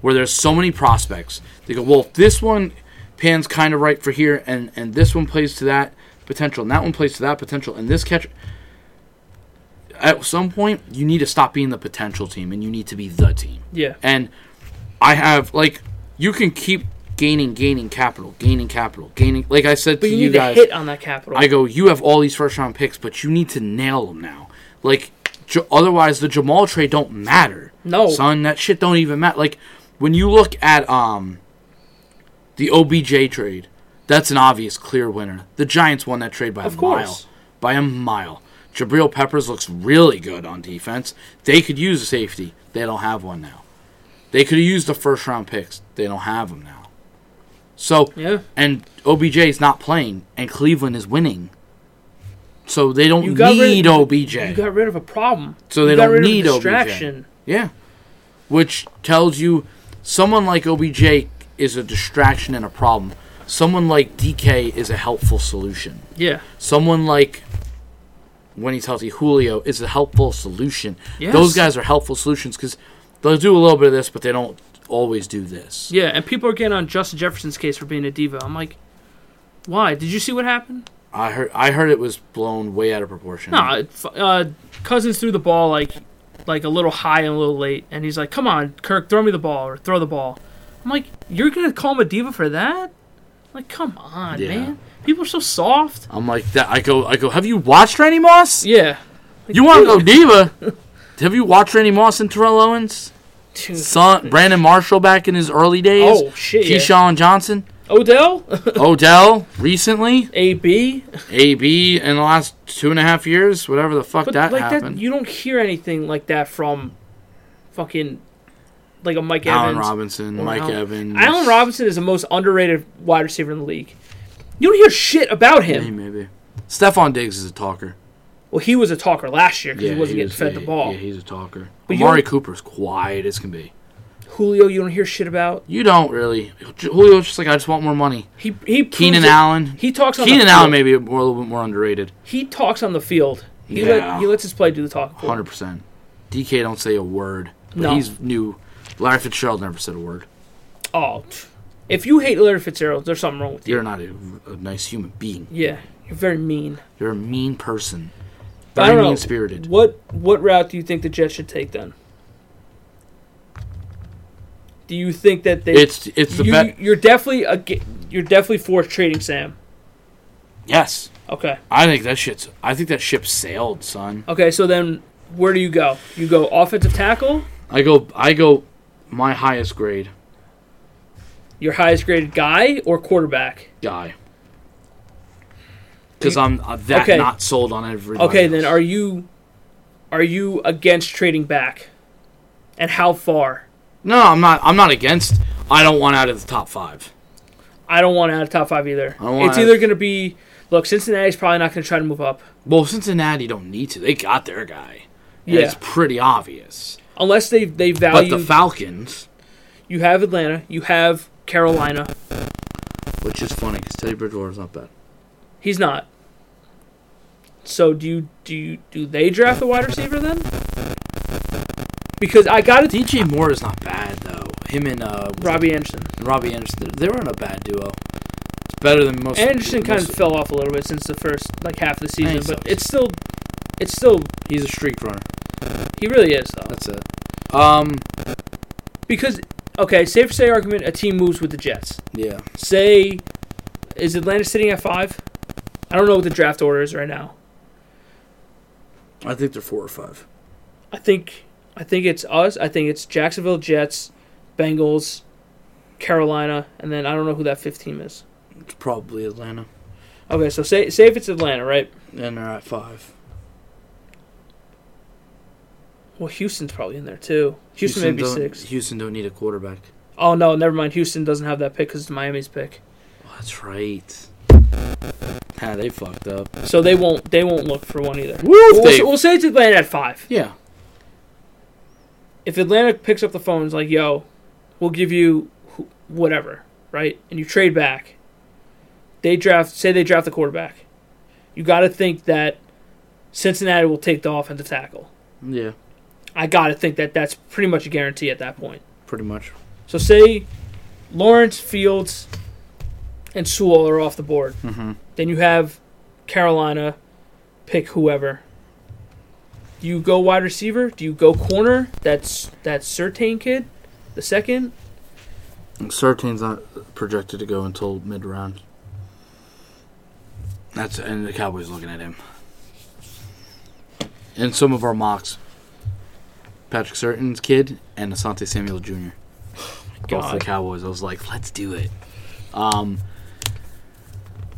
S1: where there's so many prospects. They go, well, if this one pans kind of right for here, and and this one plays to that potential, and that one plays to that potential, and this catcher. At some point, you need to stop being the potential team, and you need to be the team.
S3: Yeah,
S1: And I have like you can keep gaining, gaining capital, gaining capital, gaining. Like I said
S3: but
S1: to
S3: you
S1: you,
S3: need
S1: guys,
S3: to hit on that capital.
S1: I go, you have all these first round picks, but you need to nail them now. Like J- otherwise, the Jamal trade don't matter.
S3: No.
S1: son, that shit don't even matter. Like when you look at um the OBJ trade, that's an obvious clear winner. The Giants won that trade by a
S3: Of course.
S1: mile, by a mile. Jabril Peppers looks really good on defense. They could use a safety. They don't have one now. They could have used the first round picks. They don't have them now. So
S3: Yeah.
S1: and OBJ is not playing, and Cleveland is winning. So they don't
S3: You got rid-
S1: need OBJ.
S3: you got rid of a problem.
S1: So they
S3: you got
S1: don't
S3: rid
S1: need
S3: of a
S1: OBJ.
S3: distraction.
S1: yeah, which tells you someone like OBJ is a distraction and a problem. Someone like DK is a helpful solution.
S3: Yeah.
S1: Someone like when he's healthy, Julio is a helpful solution.
S3: Yes.
S1: Those guys are helpful solutions because they'll do a little bit of this, but they don't always do this.
S3: Yeah, and people are getting on Justin Jefferson's case for being a diva. I'm like, why? Did you see what happened?
S1: I heard. I heard it was blown way out of proportion.
S3: No, it fu- uh, Cousins threw the ball like, like a little high and a little late, and he's like, "Come on, Kirk, throw me the ball or throw the ball." I'm like, "You're gonna call him a diva for that? Like, come on,
S1: Yeah.
S3: man. People are so soft."
S1: I'm like that. I go. I go. Have you watched Randy Moss?
S3: Yeah.
S1: You want to go diva? Have you watched Randy Moss and Terrell Owens?
S3: Dude.
S1: Son, Brandon Marshall back in his early days.
S3: Oh shit. Yeah.
S1: Keyshawn Johnson,
S3: Odell,
S1: Odell recently,
S3: AB,
S1: AB in the last two and a half years, whatever the fuck
S3: but
S1: that
S3: like
S1: happened.
S3: that, you don't hear anything like that from, fucking, like a Mike
S1: Allen
S3: Evans.
S1: Robinson,
S3: Or
S1: Mike
S3: Allen-
S1: Evans.
S3: Allen Robinson is the most underrated wide receiver in the league. You don't hear shit about
S1: Hey,
S3: him.
S1: maybe. Stephon Diggs is a talker.
S3: Well, he was a talker last year because he wasn't
S1: he
S3: getting
S1: was-
S3: fed the
S1: yeah,
S3: ball.
S1: Yeah, he's a talker.
S3: But you
S1: Amari
S3: don't-
S1: Cooper's quiet as can be.
S3: Julio, you don't hear shit about.
S1: You don't really. Julio's just like, I just want more money.
S3: He he. proves
S1: Keenan
S3: it.
S1: Allen.
S3: He talks on the
S1: Keenan
S3: field.
S1: Allen maybe more, a little bit more underrated.
S3: He talks on the field. He,
S1: Yeah.
S3: let, he lets his play do the talking. for him.
S1: Hundred percent. DK don't say a word. But
S3: No.
S1: he's new. Larry Fitzgerald never said a word.
S3: Oh, pff. if you hate Larry Fitzgerald, there's something wrong with you.
S1: You're not a, a nice human being.
S3: yeah, you're very mean.
S1: You're a mean person.
S3: But I
S1: Very
S3: don't know.
S1: mean spirited.
S3: What what route do you think the Jets should take then? Do you think that they?
S1: It's it's the
S3: you,
S1: best.
S3: you're definitely aga you're definitely for trading Sam.
S1: Yes,
S3: Okay.
S1: I think that shit's. I think that ship sailed, son.
S3: Okay, so then where do you go? You go offensive tackle,
S1: I go. I go. My highest grade
S3: your highest graded guy, or quarterback?
S1: guy. Because I'm uh, that
S3: Okay.
S1: not sold on everybody.
S3: Okay, then
S1: else.
S3: are you are you against trading back? And how far?
S1: no, I'm not. I'm not against. I don't want out of the top five.
S3: I don't want out of top five either.
S1: don't want
S3: It's
S1: out-
S3: either going to be look, Cincinnati's probably not going to try to move up
S1: Well, Cincinnati don't need to. They got their guy. And
S3: Yeah.
S1: It's pretty obvious.
S3: unless they they
S1: But
S3: value
S1: the Falcons,
S3: you have Atlanta, you have Carolina.
S1: which is funny because Teddy Bridgewater's not bad.
S3: He's not. So do you do you, do they draft a wide receiver then? Because I got it.
S1: DJ E Moore is not bad though. Him and uh, was
S3: Robbie Anderson.
S1: it- and Robbie Anderson, they- they weren't a bad duo. It's better than most.
S3: Anderson kind of
S1: most-
S3: fell off a little bit since the first like half of the
S1: Yeah, he
S3: season, but
S1: sucks.
S3: it's still, it's still
S1: He's a streak runner.
S3: he really is though.
S1: That's it. Um,
S3: Because okay, say for say argument, a team moves with the Jets.
S1: yeah,
S3: Say, is Atlanta sitting at five? I don't know what the draft order is right now.
S1: I think they're four or five.
S3: I think I think it's us. I think it's Jacksonville Jets, Bengals, Carolina, and then I don't know who that fifth team is.
S1: It's probably Atlanta,
S3: Okay, so say say if it's Atlanta, right?
S1: and they're at five.
S3: Well, Houston's probably in there too. Houston, may be
S1: don't,
S3: six.
S1: Houston don't need a quarterback.
S3: Oh no, never mind. Houston doesn't have that pick because it's Miami's pick,
S1: Oh, that's right. Ah, they fucked up.
S3: so they won't they won't look for one either.
S1: Woo,
S3: We'll,
S1: they-
S3: we'll say it's Atlanta at five.
S1: Yeah,
S3: if Atlanta picks up the phone and is like, yo, we'll give you wh- whatever, right? And you trade back. They draft, say they draft the quarterback. You got to think that Cincinnati will take the offensive tackle.
S1: yeah,
S3: I got to think that that's pretty much a guarantee at that point.
S1: pretty much.
S3: So say Lawrence, Fields, and Sewell are off the board.
S1: Mm-hmm.
S3: Then you have Carolina pick whoever. Do you go wide receiver? Do you go corner? That's that Certain kid, the second.
S1: Sertain's not projected to go until mid round. That's and the Cowboys looking at him. In some of our mocks, Patrick Sertain's kid and Asante Samuel Jr. Both for the
S3: God.
S1: Cowboys. I was like, let's do it. Um.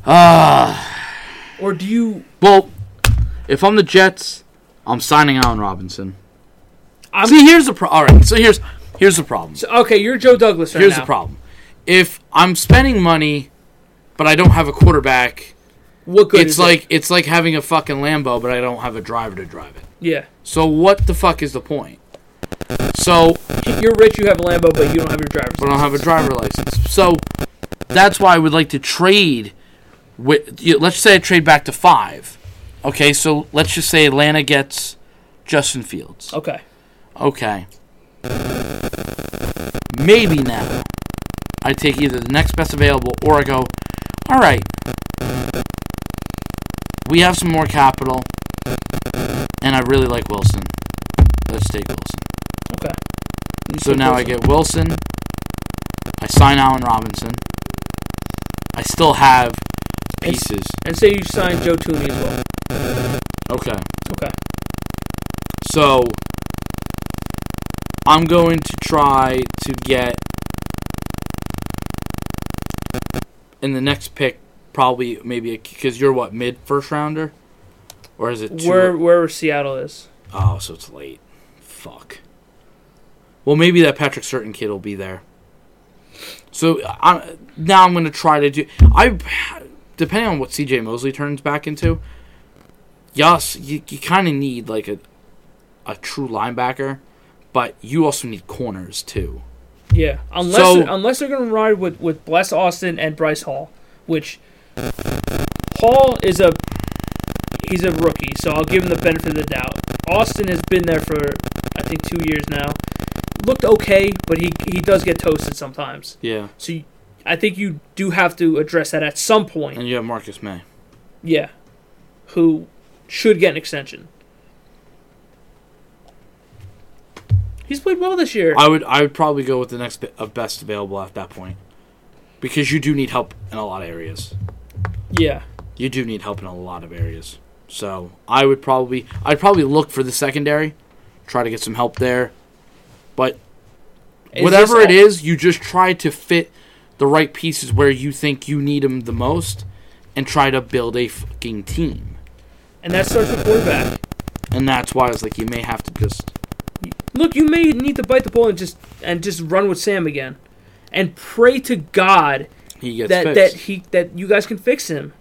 S1: Ah.
S3: Or do you?
S1: well, if I'm the Jets, I'm signing Allen Robinson.
S3: I'm-
S1: See, here's the pro. All right, so here's here's the problem.
S3: So, okay, you're Joe Douglas right
S1: Here's
S3: now.
S1: the problem. If I'm spending money, but I don't have a quarterback,
S3: What good?
S1: it's
S3: is
S1: like
S3: it?
S1: it's like having a fucking Lambo, but I don't have a driver to drive it.
S3: yeah,
S1: So what the fuck is the point? So
S3: you're rich. You have a Lambo, but you don't have your driver's.
S1: but I don't have a
S3: license.
S1: driver license. So that's why I would like to trade. With you- let's say I trade back to five. Okay, so let's just say Atlanta gets Justin Fields.
S3: Okay,
S1: Okay. Maybe now. I take either the next best available or I go, all right, we have some more capital, and I really like Wilson. Let's take Wilson.
S3: okay.
S1: So now I get Wilson. I sign Allen Robinson. I still have
S3: It's-
S1: pieces.
S3: And say you sign Joe Tooney as well.
S1: Okay.
S3: Okay,
S1: So I'm going to try to get in the next pick, probably maybe because you're what mid first rounder, or is it too
S3: where where Seattle is?
S1: Oh, so it's late. Fuck. Well, maybe that Patrick Certain kid will be there. So I, now I'm going to try to do. I depending on what C.J. Mosley turns back into. Yes, you, you kind of need like a a true linebacker, but you also need corners too.
S3: Yeah, unless
S1: So-
S3: they're, unless they're going to ride with with Bless Austin and Bryce Hall, which Hall is a he's a rookie, so I'll give him the benefit of the doubt. Austin has been there for I think two years now, looked okay, but he he does get toasted sometimes.
S1: Yeah,
S3: So you, I think you do have to address that at some point.
S1: and you have Marcus May.
S3: Yeah, who should get an extension. He's played well this year.
S1: I would I would probably go with the next bit of best available at that point, because you do need help in a lot of areas.
S3: yeah.
S1: you do need help in a lot of areas. So I would probably I'd probably look for the secondary, try to get some help there. But
S3: Is
S1: whatever
S3: this
S1: it
S3: all-
S1: is, you just try to fit the right pieces where you think you need them the most, and try to build a fucking team.
S3: and that starts with quarterback.
S1: And that's why I was like, you may have to just
S3: Look, you may need to bite the bullet and just and just run with Sam again, and pray to God
S1: he gets
S3: that that
S1: fixed.
S3: he that you guys can fix him.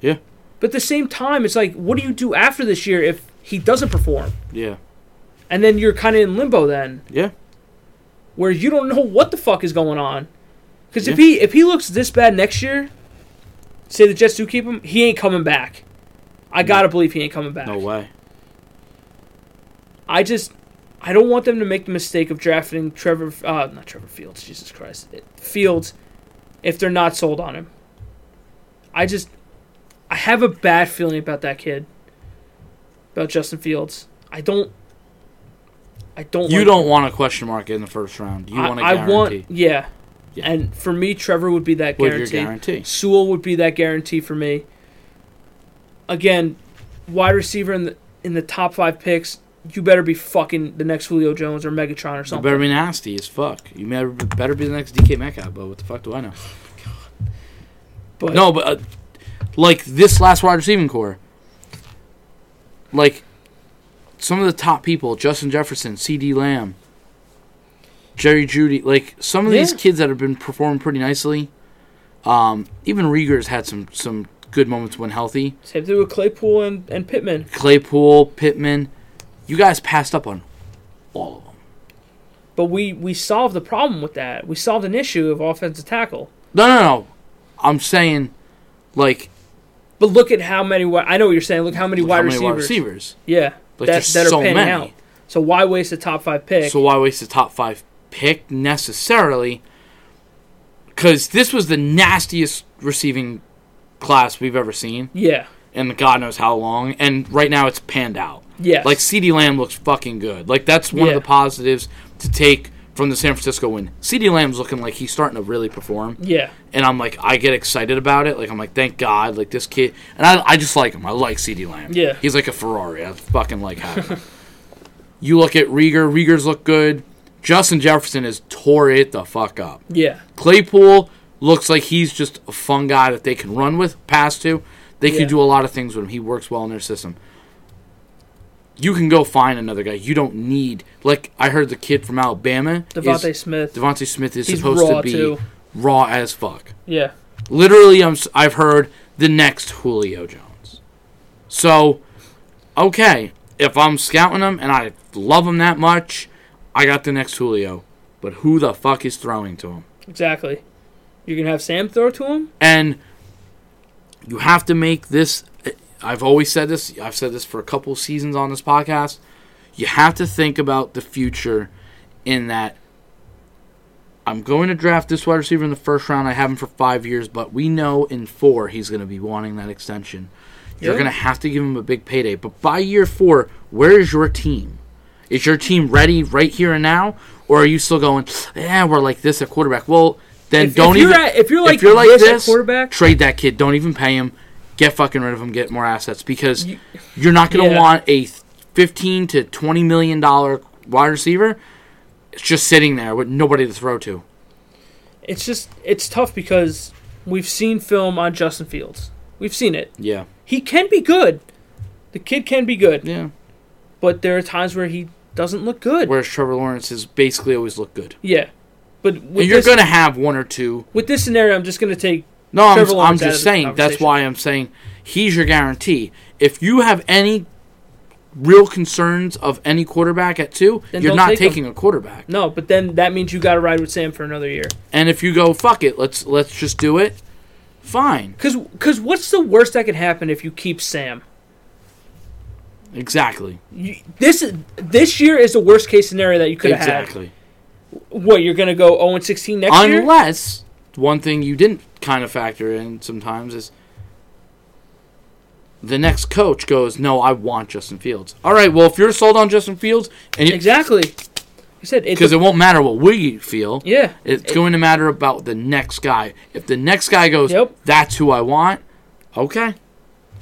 S1: Yeah.
S3: But at the same time, it's like, what do you do after this year if he doesn't perform?
S1: yeah,
S3: And then you're kind of in limbo then,
S1: yeah,
S3: where you don't know what the fuck is going on. Because if
S1: Yeah.
S3: he if he looks this bad next year, say the Jets do keep him, he ain't coming back. I gotta believe he ain't coming back.
S1: No way.
S3: I just I don't want them to make the mistake of drafting Trevor uh not Trevor Fields, Jesus Christ. It- Fields if they're not sold on him. I just I have a bad feeling about that kid. About Justin Fields. I don't I don't
S1: You
S3: like-
S1: don't want a question mark in the first round. You
S3: I,
S1: want a
S3: I
S1: guarantee.
S3: want yeah.
S1: Yeah.
S3: And for me Trevor would be that
S1: with your
S3: guarantee.
S1: guarantee.
S3: Sewell would be that guarantee for me. Again, wide receiver in the in the top five picks, you better be fucking the next Julio Jones or Megatron or
S1: You
S3: something.
S1: better be nasty as fuck. You better, better be the next DK Metcalf, but what the fuck do I know?
S3: but
S1: No, but uh, like this last wide receiving core, like some of the top people: Justin Jefferson, C.D. Lamb, Jerry Judy. Like some of these
S3: Yeah.
S1: kids that have been performing pretty nicely. Um, even Rieger's had some some good moments when healthy.
S3: same thing with Claypool and, and Pittman.
S1: Claypool, Pittman, you guys passed up on all of them.
S3: But we we solved the problem with that. We solved an issue of offensive tackle.
S1: No, no, no. I'm saying, like,
S3: But look at how many. wi- I know what you're saying. Look how many,
S1: how
S3: wide,
S1: many
S3: receivers.
S1: wide receivers.
S3: Yeah,
S1: Like,
S3: that,
S1: there's
S3: that are
S1: so
S3: panning
S1: many.
S3: out. So why waste a top five pick?
S1: So why waste the top five pick necessarily? Because this was the nastiest receiving class we've ever seen,
S3: yeah,
S1: and God knows how long. And right now, it's panned out.
S3: yes.
S1: Like C.D. Lamb looks fucking good. Like that's one
S3: Yeah.
S1: of the positives to take from the San Francisco win. C.D. Lamb's looking like he's starting to really perform.
S3: yeah,
S1: and I'm like, I get excited about it. Like, I'm like, thank God, like this kid, and I, I just like him. I like CD Lamb.
S3: Yeah.
S1: he's like a Ferrari. I fucking like having him. you look at Rieger. Rieger's look good. Justin Jefferson has tore it the fuck up.
S3: yeah,
S1: Claypool looks like he's just a fun guy that they can run with, pass to. They
S3: Yeah.
S1: can do a lot of things with him. He works well in their system. You can go find another guy. You don't need like I heard the kid from Alabama. is-
S3: Devontae Smith.
S1: Devontae Smith is
S3: He's
S1: supposed
S3: raw,
S1: to be
S3: too.
S1: raw as fuck.
S3: yeah,
S1: Literally, I'm, s- I've heard the next Julio Jones. So, okay, if I'm scouting him and I love him that much, I got the next Julio. But who the fuck is throwing to him?
S3: exactly. You're gonna have Sam throw to him.
S1: And you have to make this. I've always said this. I've said this for a couple seasons on this podcast. You have to think about the future in that I'm going to draft this wide receiver in the first round. I have him for five years, but we know in four he's going to be wanting that extension. You're
S3: Yeah.
S1: going to have to give him a big payday. But by year four, where is your team? Is your team ready right here and now? Or are you still going, yeah, we're like this at quarterback? Well, then
S3: If- if
S1: don't
S3: you're
S1: even.
S3: at- if you're like this at quarterback-
S1: trade that kid. Don't even pay him. Get fucking rid of him. Get more assets because you, are not going to
S3: Yeah.
S1: want a 15 to 20 million dollar wide receiver. It's just sitting there with nobody to throw to.
S3: it's just it's tough because we've seen film on Justin Fields. We've seen it.
S1: Yeah.
S3: He can be good. The kid can be good,
S1: Yeah.
S3: but there are times where he doesn't look good.
S1: Whereas Trevor Lawrence is basically always look good.
S3: yeah, but with
S1: And you're
S3: this,
S1: going to have one or two.
S3: with this scenario, I'm just gonna take
S1: No, I'm,
S3: Trevor
S1: I'm
S3: Lawrence out of
S1: just
S3: the
S1: saying. That's
S3: conversation.
S1: why I'm saying he's your guarantee. If you have any real concerns of any quarterback at two,
S3: Then
S1: you're
S3: don't
S1: not
S3: take
S1: taking a quarterback.
S3: no. But then that means you got to ride with Sam for another year.
S1: And if you go, fuck it, let's let's just do it. Fine.
S3: Cause, cause what's the worst that could happen if you keep Sam?
S1: Exactly.
S3: You, this is- this year is the worst case scenario that you could have
S1: Exactly.
S3: had. What you're gonna go 0 and 16 next year?
S1: Unless one thing you didn't kind of factor in sometimes is the next coach goes, "No, I want Justin Fields." All right. Well, if you're sold on Justin Fields, and because
S3: Exactly. You said it.
S1: it won't matter what we feel,
S3: yeah.
S1: it's going to matter about the next guy. If the next guy goes,
S3: Yep.
S1: "That's who I want," okay,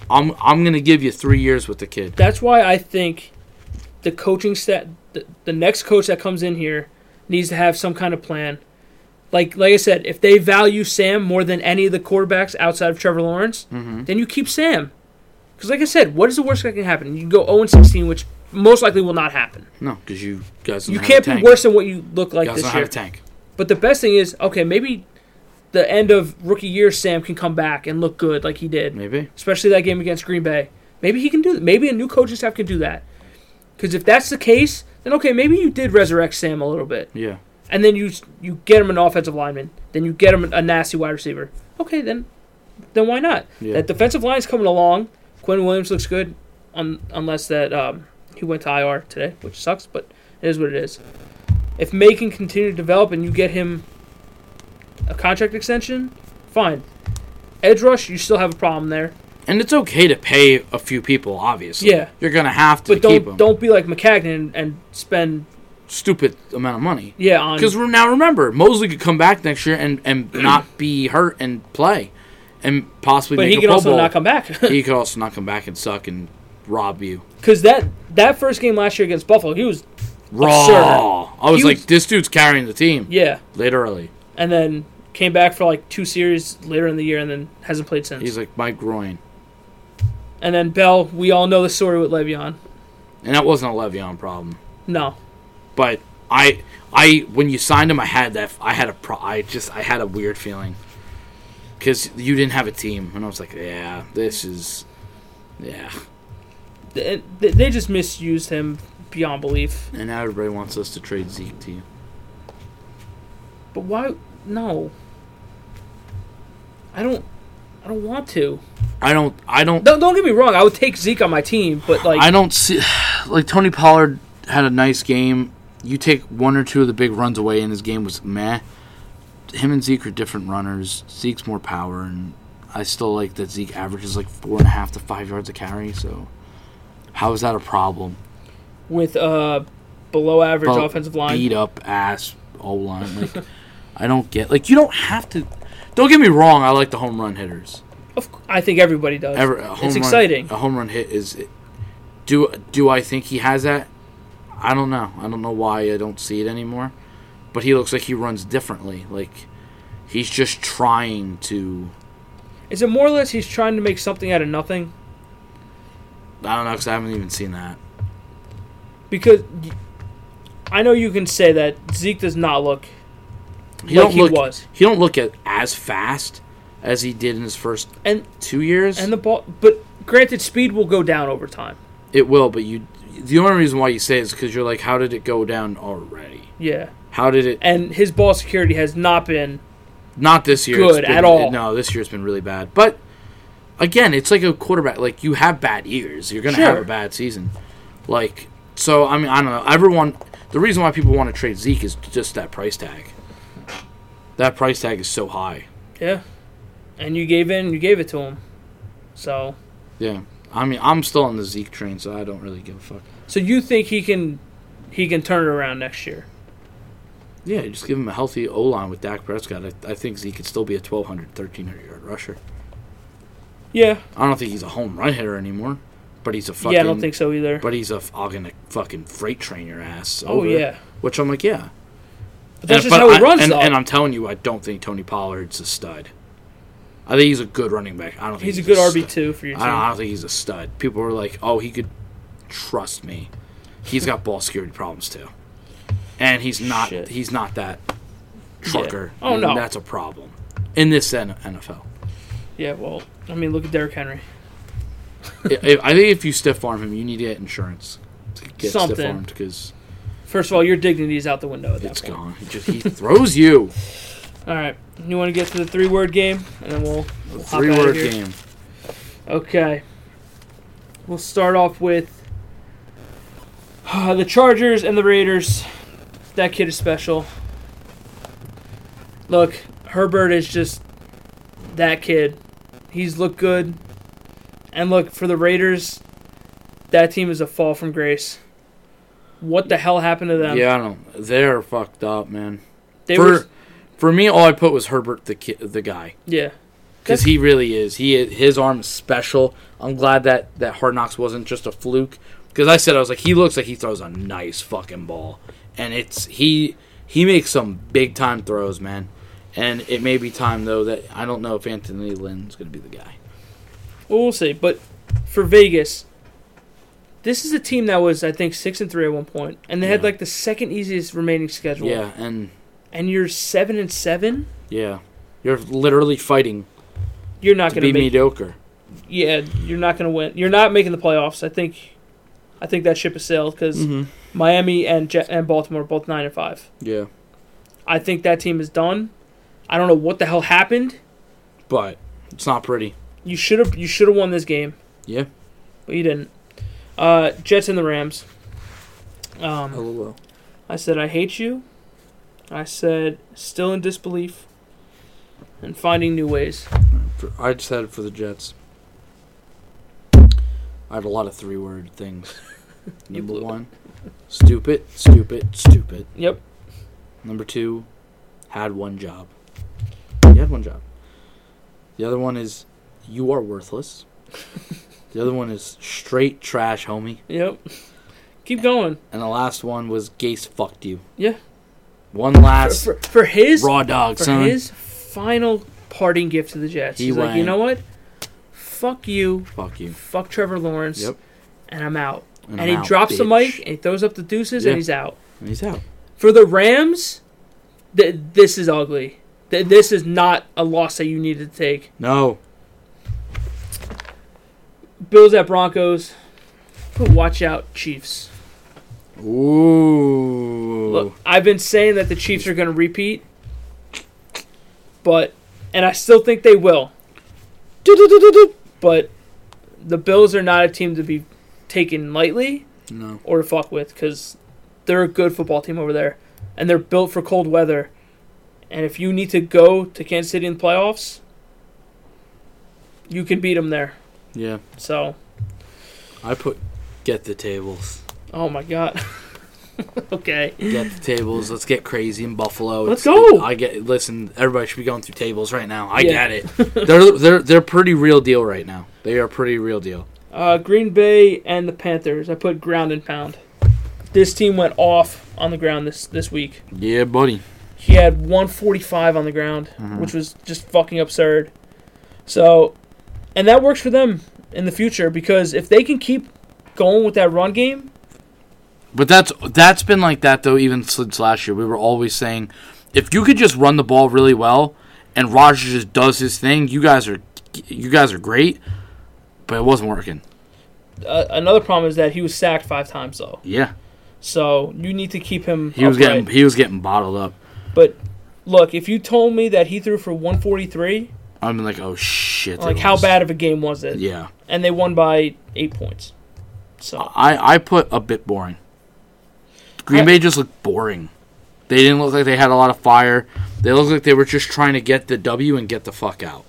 S1: I'm I'm going to give you three years with the kid.
S3: that's why I think the coaching stat, the, the next coach that comes in here needs to have some kind of plan. Like like I said, if they value Sam more than any of the quarterbacks outside of Trevor Lawrence,
S1: Mm-hmm.
S3: then you keep Sam. Because like I said, what is the worst that can happen? You can go 0 and 16, which most likely will not happen.
S1: No, because you guys don't
S3: You
S1: have
S3: can't
S1: a
S3: be
S1: tank.
S3: worse than what you look like
S1: You guys
S3: this
S1: don't
S3: year.
S1: have a tank.
S3: But the best thing is, okay, maybe the end of rookie year Sam can come back and look good like he did
S1: Maybe.
S3: especially that game against Green Bay. Maybe he can do. Maybe a new coaching staff can do that. Because if that's the case, then okay, maybe you did resurrect Sam a little bit,
S1: Yeah.
S3: and then you you get him an offensive lineman, then you get him a nasty wide receiver. Okay, then then why not?
S1: Yeah.
S3: That defensive line's coming along. Quinn Williams looks good, un- unless that um, he went to IR today, which sucks, but it is what it is. If May can continue to develop and you get him a contract extension, fine. Edge rush, you still have a problem there,
S1: And it's okay to pay a few people, obviously.
S3: Yeah.
S1: You're going to have to
S3: but
S1: keep them.
S3: don't don't be like McCagnon and, and spend
S1: Stupid amount of money.
S3: yeah on
S1: Because now remember, Mosley could come back next year and, and not be hurt and play, and possibly
S3: but
S1: make
S3: he
S1: a
S3: can
S1: Pro
S3: also
S1: Bowl.
S3: not come back.
S1: he could also not come back and suck and rob you
S3: Because that that first game last year against Buffalo, he was
S1: raw. I was
S3: He
S1: like,
S3: was-
S1: this dude's carrying the team.
S3: yeah,
S1: Literally,
S3: and then came back for like two series later in the year, and then hasn't played since.
S1: he's like my groin,
S3: and then Bell, we all know the story with Le'Veon.
S1: and that wasn't a Le'Veon problem.
S3: No,
S1: But I, I when you signed him, I had that. I had a pro. I just I had a weird feeling because you didn't have a team, and I was like, yeah, this is, yeah.
S3: they, they- they just misused him beyond belief.
S1: And now everybody wants us to trade Zeke to you.
S3: But why? No, I don't. I don't want to.
S1: I don't. I don't.
S3: Don't, don't get me wrong. I would take Zeke on my team, but like
S1: I don't see like Tony Pollard had a nice game. You take one or two of the big runs away, and his game was meh. Him and Zeke are different runners. Zeke's more power, and I still like that Zeke averages like four and a half to five yards a carry. So, how is that a problem?
S3: with uh below average
S1: Well,
S3: offensive line.
S1: beat up ass O line. Like, I don't get like you don't have to. Don't get me wrong. I like the home run hitters.
S3: Of, c- I think everybody does.
S1: Ever, a uh, home
S3: it's
S1: run-
S3: exciting.
S1: A home run hit is. Do do I think he has that? I don't know. I don't know why I don't see it anymore. But he looks like he runs differently. Like he's just trying to.
S3: Is it more or less he's trying to make something out of nothing?
S1: I don't know because I haven't even seen that.
S3: Because y- I know you can say that Zeke does not look
S1: He
S3: like
S1: don't
S3: he
S1: look.
S3: was,
S1: He don't look at as fast as he did in his first
S3: and
S1: two years.
S3: and the ball. But granted, speed will go down over time.
S1: it will, but you. The only reason why you say it is because you're like, how did it go down already?
S3: Yeah,
S1: How did it?
S3: and his ball security has not been.
S1: Not this year.
S3: good
S1: It's been-
S3: at all.
S1: No, this year's been really bad. But again, it's like a quarterback. Like you have bad years, you're gonna have
S3: Sure.
S1: a bad season. Like so, I mean, I don't know. Everyone, the reason why people want to trade Zeke is just that price tag. That price tag is so high.
S3: Yeah, and you gave in. You gave it to him. So
S1: Yeah, I mean, I'm still on the Zeke train, so I don't really give a fuck.
S3: so you think he can he can turn it around next year?
S1: Yeah, you just give him a healthy O line with Dak Prescott. I, I think Zeke could still be a 1,200, 1,300 yard rusher.
S3: Yeah,
S1: I don't think he's a home run hitter anymore, but he's a fucking.
S3: yeah, I don't think so either.
S1: But he's a f- I'm gonna fucking freight train your ass.
S3: oh
S1: over.
S3: yeah,
S1: Which I'm like, yeah.
S3: but
S1: And-
S3: that's just
S1: but
S3: how he
S1: I-
S3: runs.
S1: And,
S3: though.
S1: and I'm telling you, I don't think Tony Pollard's a stud. I think he's a good running back. I don't think
S3: he's a good RB
S1: stud.
S3: two for your
S1: I, don't, I
S3: team.
S1: don't think he's a stud. People are like, oh, he could trust me. He's got ball security problems too, and he's not.
S3: Shit.
S1: He's not that trucker.
S3: Oh,
S1: and
S3: no.
S1: that's a problem in this N- NFL.
S3: Yeah, well, I mean, look at Derrick Henry.
S1: I, I think if you stiff arm him, you need to get insurance to get
S3: Something.
S1: stiff armed because
S3: First of all, your dignity is out the window at that
S1: it's
S3: point.
S1: gone. He, just, he throws you.
S3: All right, you want to get to the three-word game, and then we'll, we'll hop
S1: Three
S3: outta
S1: word
S3: here.
S1: game.
S3: Okay, we'll start off with the Chargers and the Raiders. That kid is special. Look, Herbert is just that kid. He's looked good, and look for the Raiders. That team is a fall from grace. What the hell happened to them?
S1: yeah, I don't. They're fucked up, man.
S3: they
S1: for
S3: were.
S1: for me, all I put was Herbert the ki- the guy
S3: Yeah,
S1: because he really is. He is, his arm is special. I'm glad that that Hard Knocks wasn't just a fluke because I said I was like he looks like he throws a nice fucking ball, and it's he he makes some big time throws, man. And it may be time though that I don't know if Anthony Lynn's gonna be the guy.
S3: Well, we'll see. But for Vegas, this is a team that was, I think, six and three at one point, and they had
S1: Yeah.
S3: like the second easiest remaining schedule.
S1: Yeah, and
S3: And you're seven and seven.
S1: yeah, you're literally fighting
S3: You're not
S1: to
S3: going
S1: be
S3: to make.
S1: mediocre.
S3: Yeah, you're not going to win. You're not making the playoffs. I think, I think that ship has sailed because
S1: Mm.
S3: Miami and Je- and Baltimore are both nine and five.
S1: Yeah,
S3: I think that team is done. I don't know what the hell happened.
S1: but it's not pretty.
S3: You should have you should have won this game.
S1: Yeah.
S3: but you didn't. Uh, Jets and the Rams. Um,
S1: LOL.
S3: I said, I hate you. I said, still in disbelief and finding new ways.
S1: For- I just had it for the Jets. I had a lot of three word things.
S3: You
S1: Number
S3: blew it.
S1: one, stupid, stupid, stupid.
S3: Yep.
S1: Number two, had one job. You had one job. The other one is you are worthless. the other one is straight trash, homie.
S3: Yep. Keep going.
S1: And the last one was Gase fucked you.
S3: Yeah.
S1: One last
S3: For, for his
S1: raw dog,
S3: for
S1: son.
S3: his final parting gift to the Jets.
S1: He
S3: He's like, you
S1: went-
S3: know what? Fuck you.
S1: Fuck you.
S3: Fuck Trevor Lawrence.
S1: Yep.
S3: And I'm out. And,
S1: I'm
S3: he
S1: out,
S3: drops the
S1: bitch.
S3: mic and he throws up the deuces
S1: Yeah.
S3: and he's out.
S1: And he's out.
S3: For the Rams, th- this is ugly. Th- this is not a loss that you need to take.
S1: No.
S3: Bills at Broncos. But watch out, Chiefs.
S1: Ooh.
S3: Look, I've been saying that the Chiefs are going to repeat, but and I still think they will. But the Bills are not a team to be taken lightly
S1: No.
S3: or to fuck with because they're a good football team over there, and they're built for cold weather. And if you need to go to Kansas City in the playoffs, you can beat them there.
S1: Yeah.
S3: So,
S1: I put get the tables.
S3: oh my god. okay.
S1: Get the tables. Let's get crazy in Buffalo.
S3: Let's
S1: It's-
S3: go.
S1: I get listen, everybody should be going through tables right now. I
S3: Yeah.
S1: get it. they're they're they're pretty real deal right now. They are pretty real deal.
S3: Uh, Green Bay and the Panthers. I put ground and pound. This team went off on the ground this this week.
S1: Yeah, buddy.
S3: He had 145 on the ground,
S1: Mm-hmm.
S3: which was just fucking absurd. So, and that works for them in the future because if they can keep going with that run game,
S1: But that's that's been like that though even since last year. We were always saying if you could just run the ball really well and Rogers just does his thing, you guys are you guys are great. But it wasn't working.
S3: uh, another problem is that he was sacked five times though.
S1: Yeah.
S3: So you need to keep him.
S1: He was
S3: upright.
S1: getting he was getting bottled up.
S3: But look, if you told me that he threw for 143,
S1: I'm like, oh shit. they
S3: like how
S1: lost.
S3: bad of a game was it?
S1: Yeah.
S3: And they won by eight points. So.
S1: I, I put a bit boring. Green
S3: I-
S1: Bay just looked boring. They didn't look like they had a lot of fire. They looked like they were just trying to get the W and get the fuck out.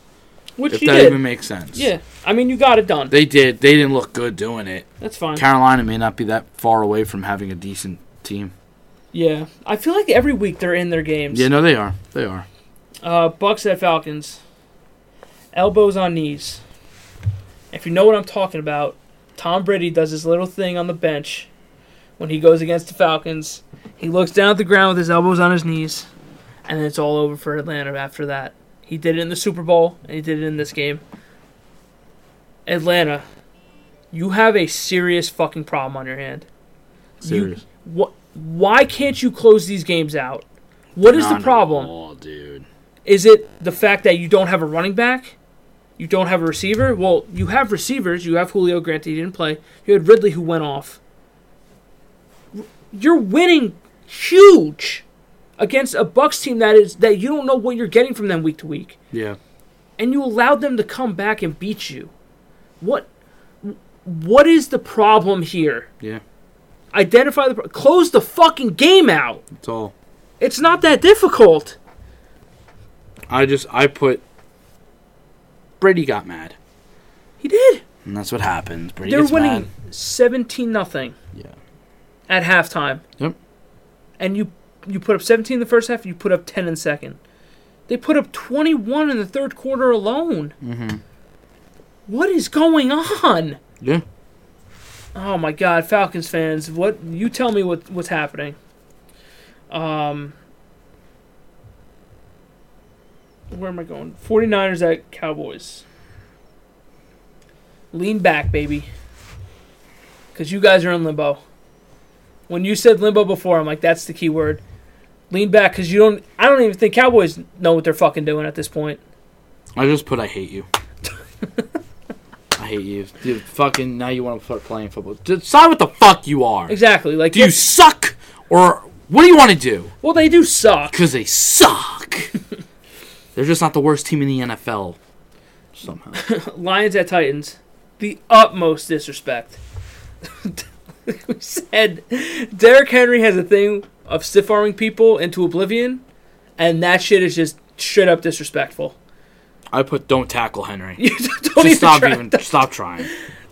S3: Which
S1: If
S3: you
S1: that
S3: did.
S1: even makes sense.
S3: yeah, I mean you got it done.
S1: They did. They didn't look good doing it.
S3: That's fine.
S1: Carolina may not be that far away from having a decent team.
S3: yeah, I feel like every week they're in their games.
S1: Yeah, no, they are. They are.
S3: Uh, Bucks at Falcons. Elbows on knees. If you know what I'm talking about, Tom Brady does his little thing on the bench when he goes against the Falcons. He looks down at the ground with his elbows on his knees, and then it's all over for Atlanta after that. He did it in the Super Bowl, and he did it in this game. Atlanta, you have a serious fucking problem on your hand.
S1: Serious.
S3: What? Why can't you close these games out? What is the problem?
S1: Oh, dude.
S3: Is it the fact that you don't have a running back? You don't have a receiver? Well, you have receivers. You have Julio Grant, he didn't play. You had Ridley, who went off. You're winning huge against a Bucks team that is that you don't know what you're getting from them week to week,
S1: Yeah.
S3: and you allowed them to come back and beat you. What? What is the problem here?
S1: Yeah.
S3: Identify the pro- close the fucking game out.
S1: It's all.
S3: It's not that difficult.
S1: I just, I put. Brady got mad.
S3: He did.
S1: And that's what happens. Brady
S3: They're
S1: gets mad.
S3: winning seventeen nothing.
S1: Yeah.
S3: At halftime.
S1: Yep.
S3: And you you put up seventeen in the first half. You put up ten in the second. They put up twenty one in the third quarter alone. Mm-hmm. is going on?
S1: Yeah.
S3: Oh my God, Falcons fans! What you tell me what what's happening? Um. Where am I going? 49ers at Cowboys. Lean back, baby. Because you guys are in limbo. When you said limbo before, I'm like, that's the key word. Lean back, because you don't. I don't even think Cowboys know what they're fucking doing at this point.
S1: I just put I hate you. I hate you. Dude, fucking now you want to start playing football. Decide what the fuck you are.
S3: Exactly. Like,
S1: Do you suck or what do you want to do?
S3: well, they do suck.
S1: Because they suck. They're just not the worst team in the NFL. Somehow.
S3: Lions at Titans. the utmost disrespect. we said Derrick Henry has a thing of stiff arming people into oblivion, and that shit is just straight up disrespectful.
S1: I put don't tackle Henry.
S3: You don't even
S1: Just stop
S3: try-
S1: even stop trying.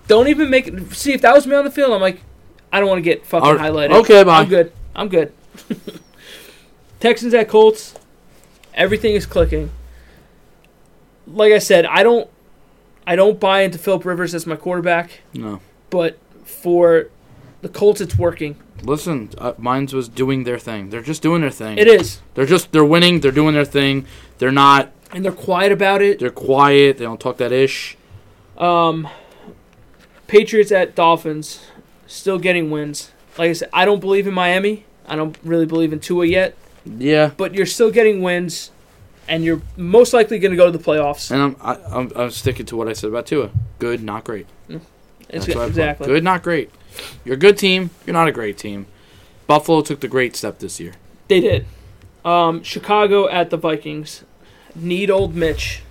S3: Don't even make it. See, if that was me on the field, I'm like, I don't want to get fucking
S1: All right.
S3: highlighted.
S1: Okay, bye.
S3: I'm good. I'm good. Texans at Colts. Everything is clicking. Like I said, I don't, I don't buy into Philip Rivers as my quarterback,
S1: No.
S3: but for the Colts, it's working.
S1: Listen, uh, mine's was doing their thing. They're just doing their thing.
S3: It is,
S1: They're just they're winning. They're doing their thing. They're not.
S3: and they're quiet about it.
S1: They're quiet. They don't talk that ish.
S3: Um, Patriots at Dolphins, still getting wins. Like I said, I don't believe in Miami. I don't really believe in Tua yet.
S1: Yeah.
S3: but you're still getting wins, and you're most likely going to go to the playoffs.
S1: And I'm I, I'm I'm sticking to what I said about Tua. Good, not great.
S3: It's-
S1: That's what I put.
S3: exactly.
S1: Good, not great. You're a good team. You're not a great team. Buffalo took the great step this year.
S3: They did. Um, Chicago at the Vikings. Need old Mitch.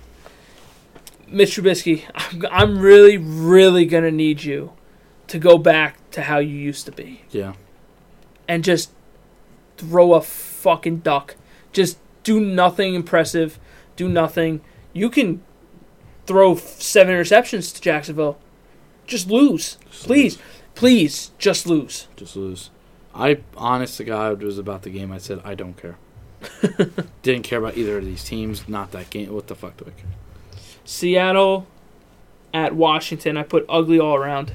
S3: Mitch Trubisky, I'm, I'm really, really going to need you to go back to how you used to be
S1: Yeah.
S3: and just throw a fucking duck. Just do nothing impressive. Do nothing. You can throw f- seven interceptions to Jacksonville. Just lose. please. Please, just lose.
S1: Just lose. I honest to God it was about the game. I said I don't care. Didn't care about either of these teams. Not that game. What the fuck do I care?
S3: Seattle at Washington. I put ugly all around.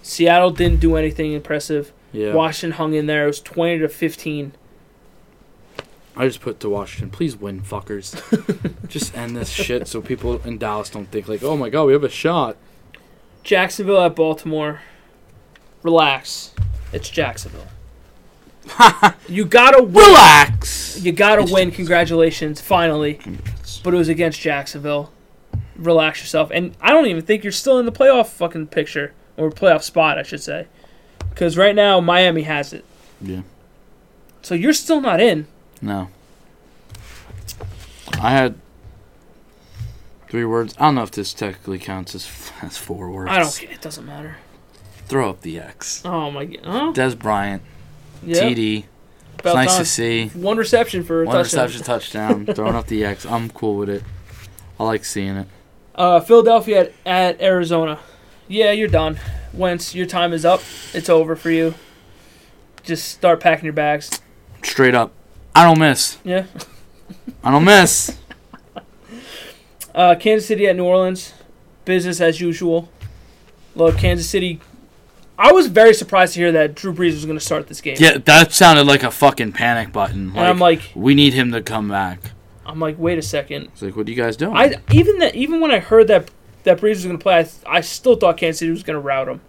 S3: Seattle didn't do anything impressive.
S1: Yeah.
S3: Washington hung in there. It was 20 to 15.
S1: I just put to Washington, please win, fuckers. just end this shit so people in Dallas don't think like, oh my god, we have a shot.
S3: Jacksonville at Baltimore. Relax. It's Jacksonville. you gotta win.
S1: Relax.
S3: You gotta win. Congratulations, finally. But it was against Jacksonville. Relax yourself, and I don't even think you're still in the playoff fucking picture or playoff spot, I should say, because right now Miami has it.
S1: Yeah.
S3: So you're still not in.
S1: No. I had three words. I don't know if this technically counts as, as four words.
S3: I don't. care. It doesn't matter.
S1: Throw up the X.
S3: Oh my god. Huh?
S1: Des Bryant,
S3: Yeah.
S1: TD. It's
S3: about
S1: nice
S3: time.
S1: to see.
S3: One reception for a
S1: One
S3: touchdown.
S1: reception touchdown. Throwing up the X. I'm cool with it. I like seeing it.
S3: Uh, Philadelphia at, at Arizona. Yeah, you're done. Wentz, your time is up. It's over for you. Just start packing your bags.
S1: Straight up. I don't miss.
S3: Yeah.
S1: I don't miss.
S3: Uh, Kansas City at New Orleans. Business as usual. Look, Kansas City. I was very surprised to hear that Drew Brees was going to start this game.
S1: Yeah, that sounded like a fucking panic button.
S3: And I'm like,
S1: we need him to come back.
S3: I'm like, wait a second.
S1: It's like, what are you guys doing?
S3: I even that even when I heard that that Brees was going to play, I, th- I still thought Kansas City was going to rout him.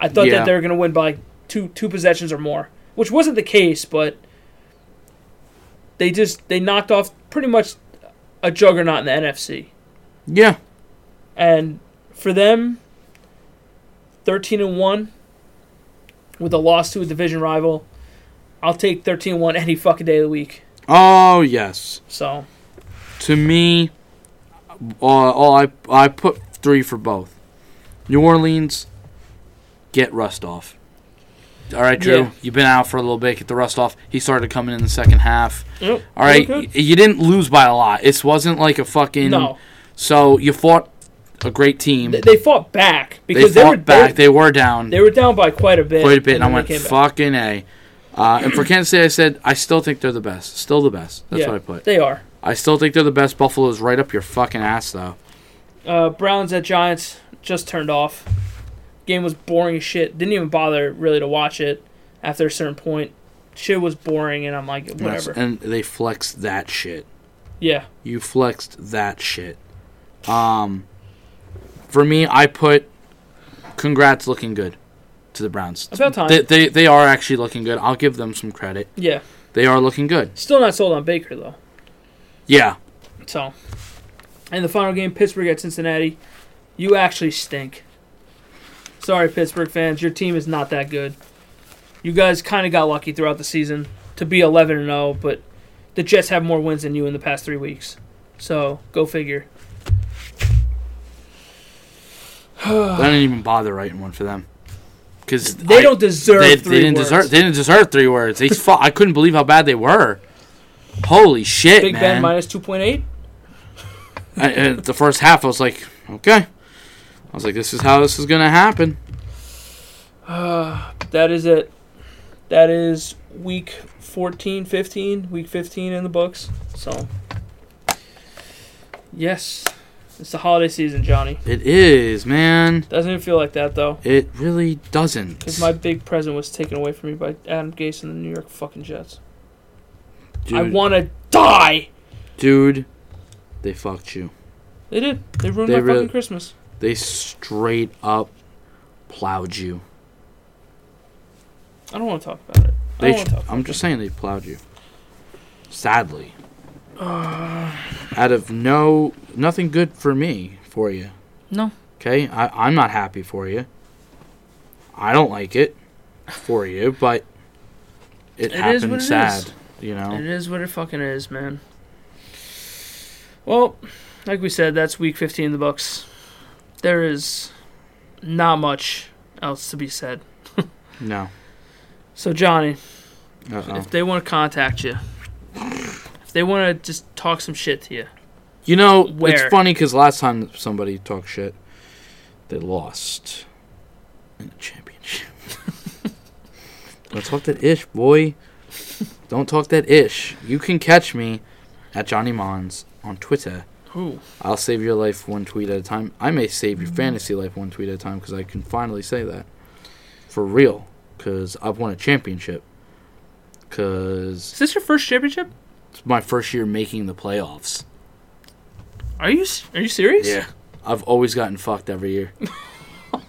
S3: I thought
S1: Yeah.
S3: that they were going to win by like two two possessions or more, which wasn't the case, but they just they knocked off pretty much a juggernaut in the NFC.
S1: yeah,
S3: And for them, thirteen and one with a loss to a division rival, I'll take thirteen and one any fucking day of the week.
S1: Oh yes.
S3: So
S1: To me, all, all I I put three for both. New Orleans, get rust off. All right, Drew,
S3: Yeah.
S1: you've been out for a little bit. Get the rust off. He started coming in the second half.
S3: yep,
S1: All right,
S3: okay.
S1: y- you didn't lose by a lot. It wasn't like a fucking.
S3: no,
S1: So you fought a great team.
S3: they,
S1: They,
S3: they fought back because they,
S1: fought
S3: were
S1: back.
S3: They,
S1: they were down.
S3: they were down by quite a bit.
S1: quite a bit, and I
S3: then
S1: went
S3: they came back.
S1: fucking a. Uh, and for Kansas City, I said I still think they're the best. Still the best. That's
S3: Yeah,
S1: what I put.
S3: They are.
S1: I still think they're the best. Buffalo's right up your fucking ass though.
S3: Uh, Browns at Giants just turned off. Game was boring as shit. Didn't even bother really to watch it after a certain point. Shit was boring, and I'm like, whatever.
S1: And they flexed that shit.
S3: Yeah.
S1: You flexed that shit. Um, for me, I put congrats, looking good to the Browns.
S3: About time.
S1: They, they they are actually looking good. I'll give them some credit.
S3: Yeah.
S1: They are looking good.
S3: Still not sold on Baker, though.
S1: Yeah.
S3: So, and the final game, Pittsburgh at Cincinnati. You actually stink. Sorry, Pittsburgh fans, your team is not that good. You guys kind of got lucky throughout the season to be 11 and 0, but the Jets have more wins than you in the past three weeks. So go figure.
S1: I didn't even bother writing one for them because
S3: They don't deserve
S1: They,
S3: three
S1: they didn't
S3: words.
S1: deserve. They didn't deserve three words. They fu- I couldn't believe how bad they were. Holy shit,
S3: Big
S1: man!
S3: Ben minus 2.8?
S1: I, and the first half, I was like, okay. I was like, this is how this is gonna happen.
S3: That is it. That is week 14, 15, week 15 in the books. So, yes, it's the holiday season, Johnny.
S1: It is, man.
S3: Doesn't it feel like that, though?
S1: It really doesn't.
S3: Because my big present was taken away from me by Adam Gase and the New York fucking Jets.
S1: dude,
S3: I want to die!
S1: dude. They fucked you.
S3: They did. They ruined
S1: They
S3: my
S1: really-
S3: fucking Christmas.
S1: They straight up plowed you.
S3: I don't want to talk about it. I
S1: They
S3: don't
S1: sh-
S3: wanna talk
S1: I'm
S3: about
S1: just
S3: it.
S1: saying they plowed you. Sadly. Out of no nothing good for me for you.
S3: No.
S1: Okay? I, I'm not happy for you. I don't like it for you, but it,
S3: It is
S1: happened
S3: what it
S1: sad.
S3: is.
S1: You know?
S3: It is what it fucking is, man. Well, like we said, that's week 15 in the Bucks. There is not much else to be said.
S1: No. Uh-uh.
S3: So, Johnny,
S1: Uh-oh.
S3: if they want to contact you, if they want to just talk some shit to you,
S1: You know,
S3: Where?
S1: it's funny because last time somebody talked shit, they lost in the championship. Don't talk that ish, boy. Don't talk that ish. You can catch me at Johnny Mons on Twitter.
S3: who?
S1: I'll save your life one tweet at a time. I may save your fantasy life one tweet at a time because I can finally say that for real. Because I've won a championship. Because
S3: Is this your first championship?
S1: it's my first year making the playoffs.
S3: Are you s- are you serious?
S1: Yeah. I've always gotten fucked every year.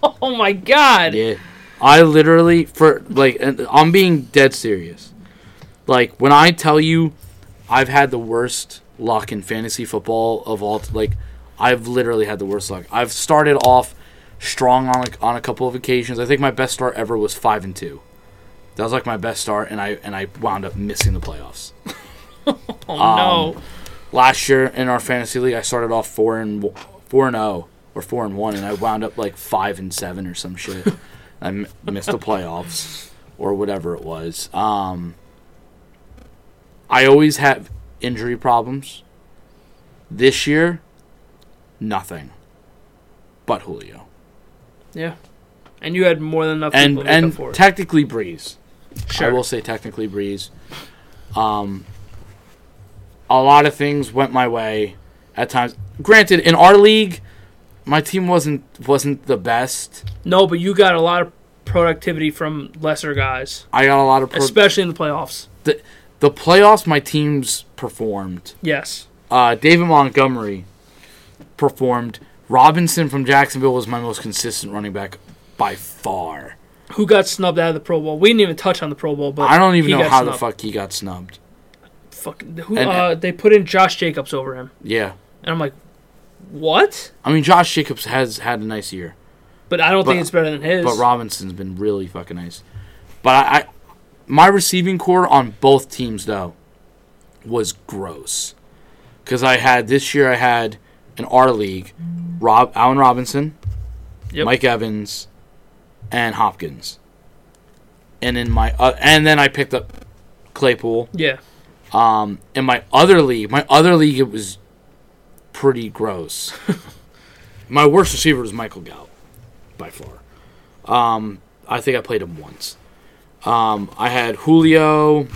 S3: Oh my god.
S1: Yeah. I literally for like and I'm being dead serious. Like when I tell you I've had the worst luck in fantasy football of all like I've literally had the worst luck. I've started off strong on like on a couple of occasions. I think my best start ever was 5 and 2. That was like my best start and I and I wound up missing the playoffs.
S3: Oh
S1: Um,
S3: no.
S1: last year in our fantasy league, I started off four and w- four and zero or four and one, and I wound up like five and seven or some shit. I m- missed the playoffs or whatever it was. Um, I always have injury problems. This year, nothing. But Julio
S3: Yeah. And you had more than enough
S1: and
S3: people to make up
S1: and
S3: for it.
S1: technically Breeze. I
S3: sure.
S1: will say technically Breeze. Um, a lot of things went my way at times. Granted, in our league, my team wasn't wasn't the best.
S3: No, but you got a lot of productivity from lesser guys,
S1: I got a lot of pro-
S3: especially in the playoffs.
S1: the, the playoffs. My teams performed.
S3: Yes.
S1: Uh, David Montgomery performed. Robinson from Jacksonville was my most consistent running back by far.
S3: Who got snubbed out of the Pro Bowl? We didn't even touch on the Pro Bowl, but
S1: I don't even
S3: he
S1: know
S3: got
S1: how the
S3: snubbed.
S1: fuck he got snubbed.
S3: Fucking- who,
S1: And-
S3: uh, they put in Josh Jacobs over him,
S1: Yeah,
S3: and I'm like, what?
S1: I mean Josh Jacobs has had a nice year.
S3: But I don't
S1: But-
S3: think it's better than his.
S1: But Robinson's been really fucking nice. But I, I my receiving core on both teams though was gross. Cause I had this year I had in our league, Rob Allen Robinson,
S3: Yep.
S1: Mike Evans, and Hopkins. And in my uh, and then I picked up Claypool.
S3: yeah,
S1: Um, in my other league, my other league it was pretty gross. my worst receiver was Michael Gallup by far. Um, I think I played him once. Um, I had Julio.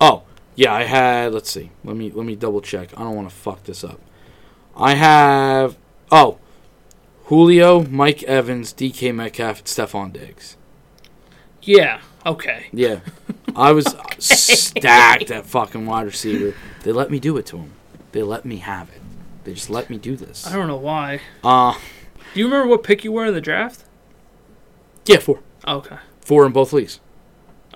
S1: Oh yeah, I had. Let's see. Let me let me double check. I don't want to fuck this up. I have. Oh, Julio, Mike Evans, DK Metcalf, and Stephon Diggs.
S3: yeah, okay.
S1: Yeah. I was stacked at fucking wide receiver. They let me do it to him. They let me have it. They just let me do this.
S3: I don't know why.
S1: Uh,
S3: Do you remember what pick you were in the draft?
S1: yeah, four.
S3: Okay,
S1: Four in both leagues.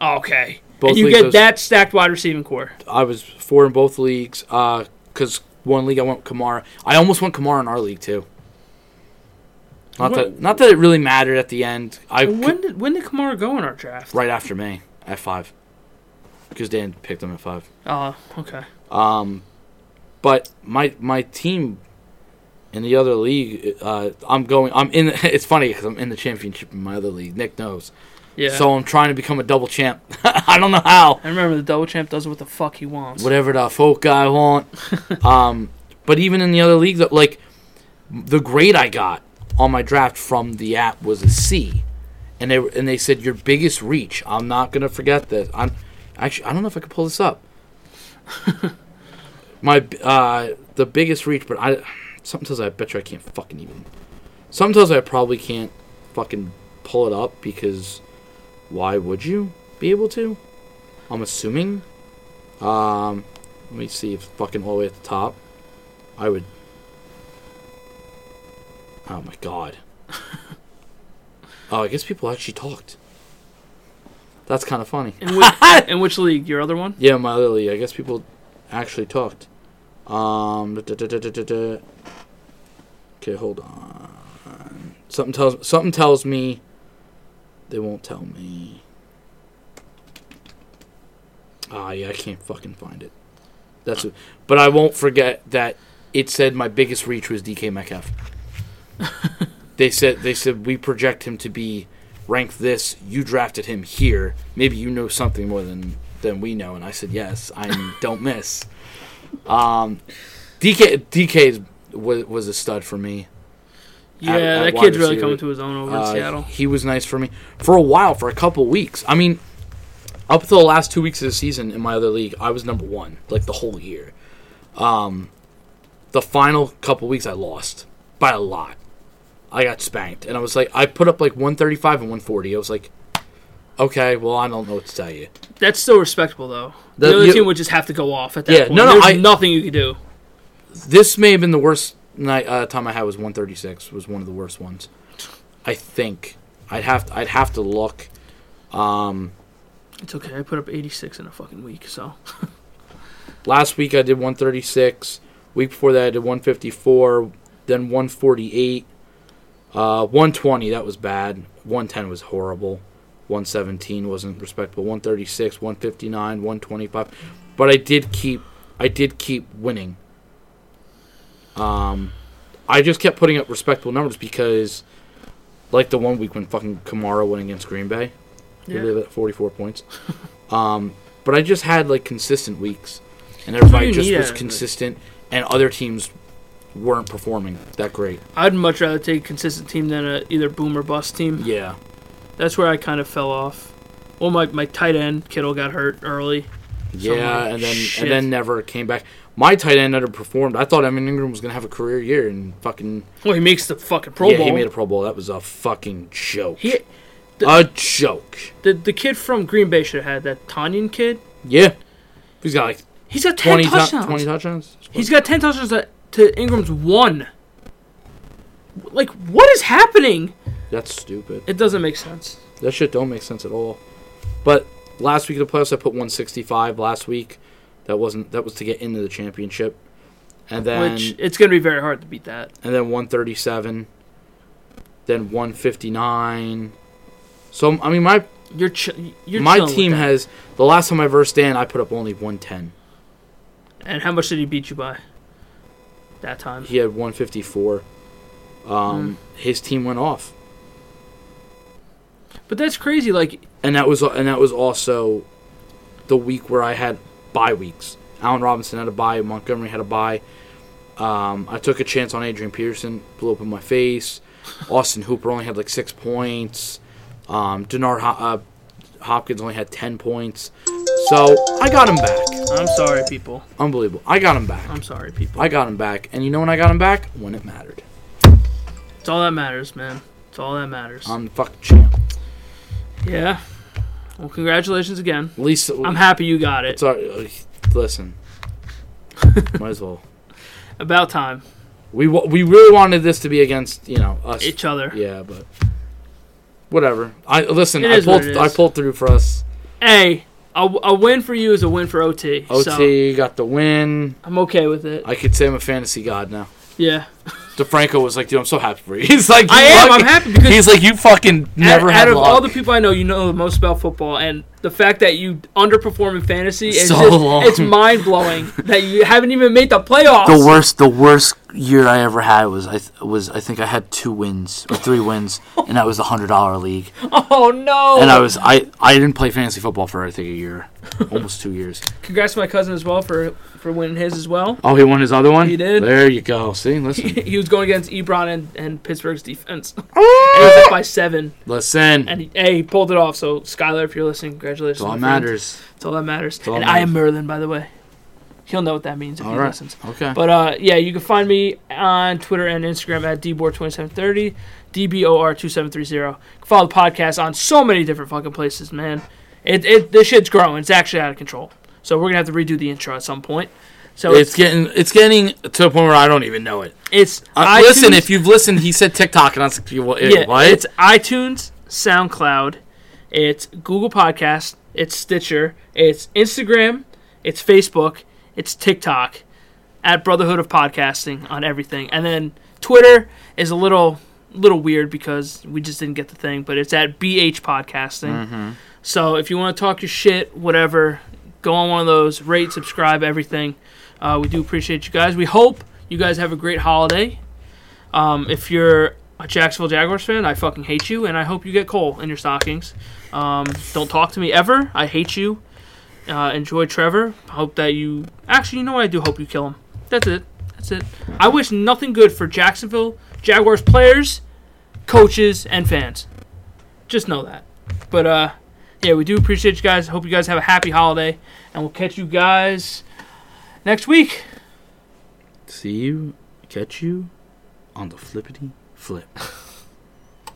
S3: okay.
S1: Both
S3: and you
S1: leagues,
S3: get
S1: those-
S3: that stacked wide receiving core.
S1: I was four in both leagues because one league I went Kamara. I almost went Kamara in our league, too. Not
S3: What-
S1: that, not that it really mattered at the end. I c-
S3: When did when did Kamara go in our draft?
S1: Right after me at five because Dan picked him at
S3: Uh,
S1: five.
S3: Oh, okay.
S1: Um, but my my team in the other league, uh, I'm going. I'm in. It's funny because I'm in the championship in my other league. Nick knows.
S3: Yeah.
S1: So I'm trying to become a double champ. I don't know how.
S3: I remember the double champ does what the fuck he wants.
S1: Whatever the folk guy want. um, but even in the other league, though, like the grade I got on my draft from the app was a C, and they and they said your biggest reach. I'm not gonna forget this. I'm actually I don't know if I could pull this up. my b- uh, the biggest reach, but I sometimes I bet you I can't fucking even. Sometimes I probably can't fucking pull it up because why would you be able to? I'm assuming. Um, let me see if fucking all the way at the top. I would. Oh my god. oh, I guess people actually talked. That's kind of funny.
S3: In which, in which league? Your other one?
S1: Yeah, my other league. I guess people actually talked. Um. da- da- da- da- da- da- da. Okay, hold on. Something tells something tells me they won't tell me. Ah, yeah, I can't fucking find it. That's it. But I won't forget that it said my biggest reach was DK Metcalf. they said they said we project him to be ranked this. You drafted him here. Maybe you know something more than than we know. And I said yes. I don't miss. Um, DK DK is, was was a stud for me.
S3: Yeah,
S1: at
S3: that
S1: wide
S3: kid's really
S1: receiver.
S3: coming to his own over in
S1: Uh,
S3: Seattle.
S1: He was nice for me for a while, for a couple weeks. I mean, up until the last two weeks of the season in my other league, I was number one like the whole year. Um, the final couple weeks, I lost by a lot. I got spanked, and I was like, I put up like 135 and 140. I was like, okay, well, I don't know what to tell you.
S3: That's still respectable though. The,
S1: The-
S3: other
S1: you-
S3: team would just have to go off at that
S1: Yeah,
S3: point.
S1: no, no,
S3: There's
S1: I-
S3: nothing you could do.
S1: This may have been the worst night uh, time I had was 136. Was one of the worst ones. I think I'd have to, I'd have to look. Um,
S3: It's okay. I put up 86 in a fucking week, so
S1: Last week I did 136. Week before that I did 154, then 148, uh, 120. That was bad. 110 was horrible. 117 wasn't respectable. 136, 159, 125. But I did keep. I did keep winning. Um, I just kept putting up respectable numbers because, like the one week when fucking Kamara went against Green Bay, we
S3: Yeah.
S1: did at 44 points. um, but I just had like consistent weeks, and everybody
S3: you
S1: just
S3: need
S1: was
S3: out of it.
S1: consistent, and other teams weren't performing that great.
S3: I'd much rather take a consistent team than a either boom or bust team.
S1: Yeah,
S3: That's where I kind of fell off. Well, my, my tight end Kittle got hurt early.
S1: yeah,
S3: like,
S1: and then
S3: shit.
S1: and then never came back. My tight end underperformed. I thought Evan Ingram was gonna have a career year, and fucking
S3: Well, he makes the fucking Pro
S1: yeah,
S3: Bowl.
S1: he made a Pro Bowl. That was a fucking joke.
S3: He-
S1: a joke.
S3: the the kid from Green Bay should have had that Tanyan kid.
S1: Yeah, he's got like
S3: He's got 10
S1: 20 tou-
S3: touchdowns.
S1: 20 touchdowns.
S3: He's got 10 touchdowns to- to Ingram's one. Like, what is happening?
S1: That's stupid.
S3: It doesn't make sense.
S1: That shit don't make sense at all. But last week in the playoffs, I put 165. Last week, that wasn't that was to get into the championship, and then
S3: Which, it's going to be very hard to beat that.
S1: and then 137, then 159. So I mean, my
S3: You're, ch- you're
S1: my
S3: chilling with
S1: team
S3: that.
S1: has the last time I versed Dan, I put up only 110.
S3: And how much did he beat you by? That time.
S1: He had 154. Um,
S3: Hmm.
S1: his team went off,
S3: But that's crazy. Like,
S1: and that was and that was also the week where I had bye weeks. Allen Robinson had a bye. Montgomery had a bye. Um, I took a chance on Adrian Peterson, blew up in my face. Austin Hooper only had like six points. Um, Denard Ho- uh, Hopkins only had ten points. So I got him back.
S3: I'm sorry, people.
S1: Unbelievable. I got him back.
S3: I'm sorry, people.
S1: I got him back. And you know when I got him back? When it mattered.
S3: It's all that matters, man. It's all that matters.
S1: I'm the fucking champ.
S3: yeah. Well, congratulations again.
S1: At least
S3: I'm happy you got it.
S1: sorry. uh, Listen. Might as well.
S3: About time.
S1: We wa- we really wanted this to be against you know us.
S3: Each other.
S1: Yeah, but whatever. I listen.
S3: It
S1: I
S3: is what
S1: pulled.
S3: it
S1: I
S3: is.
S1: pulled through for us.
S3: Hey, a, a win for you is a win for OT. So
S1: OT got the win.
S3: I'm okay with it.
S1: I could say I'm a fantasy god now.
S3: Yeah.
S1: DeFranco was like, "Dude, I'm so happy for you." He's like,
S3: I
S1: "You
S3: am.
S1: lucky-"
S3: I'm happy because
S1: He's like, "You fucking never
S3: out,
S1: had
S3: out of
S1: luck."
S3: all the people I know, you know the most about football, and the fact that you underperform in fantasy is
S1: So
S3: just,
S1: long.
S3: it's mind blowing that you haven't even made the playoffs.
S1: worst. The worst year I ever had was I th- was I think I had two wins or three wins, and that was the hundred dollar league.
S3: Oh no!
S1: And I was I I didn't play fantasy football for I think a year, almost two years.
S3: Congrats to my cousin as well for for winning his as well.
S1: Oh, he won his other one.
S3: He did.
S1: There you go. See, listen,
S3: he was going against Ebron and, and Pittsburgh's defense. And he was up by seven,
S1: listen.
S3: and he, hey, he pulled it off. So Skylar, if you're listening, congratulations.
S1: That's all that
S3: my friend.
S1: matters.
S3: It's all that matters.
S1: all
S3: and
S1: that
S3: I am Merlin, by the way. He'll know what that means if
S1: All
S3: he
S1: right.
S3: listens.
S1: Okay.
S3: But uh, yeah, you can find me on Twitter and Instagram at dbor2730, dbor2730. Follow the podcast on so many different fucking places, man. It, it this shit's growing. It's actually out of control. So we're gonna have to redo the intro at some point. So
S1: it's
S3: it's
S1: getting it's getting to a point where I don't even know it.
S3: it's,
S1: Uh, listen,
S3: iTunes-
S1: if you've listened, he said TikTok, and I was like, "What?"
S3: yeah,
S1: what?
S3: it's iTunes, SoundCloud, it's Google Podcast, it's Stitcher, it's Instagram, it's Facebook, it's TikTok, at Brotherhood of Podcasting on everything, and then Twitter is a little little weird because we just didn't get the thing, but it's at BH Podcasting. So if you want to talk your shit, whatever, go on one of those, rate, subscribe, everything. Uh, we do appreciate you guys. We hope you guys have a great holiday. Um, if you're a Jacksonville Jaguars fan, I fucking hate you, and I hope you get coal in your stockings. Um, don't talk to me ever. I hate you. Uh, enjoy Trevor. Hope that you. Actually, you know what? I do hope you kill him. That's it. That's it. I wish nothing good for Jacksonville Jaguars players, coaches, and fans. Just know that. But uh, yeah, we do appreciate you guys. Hope you guys have a happy holiday, and we'll catch you guys next week.
S1: See you, catch you on the flippity flip.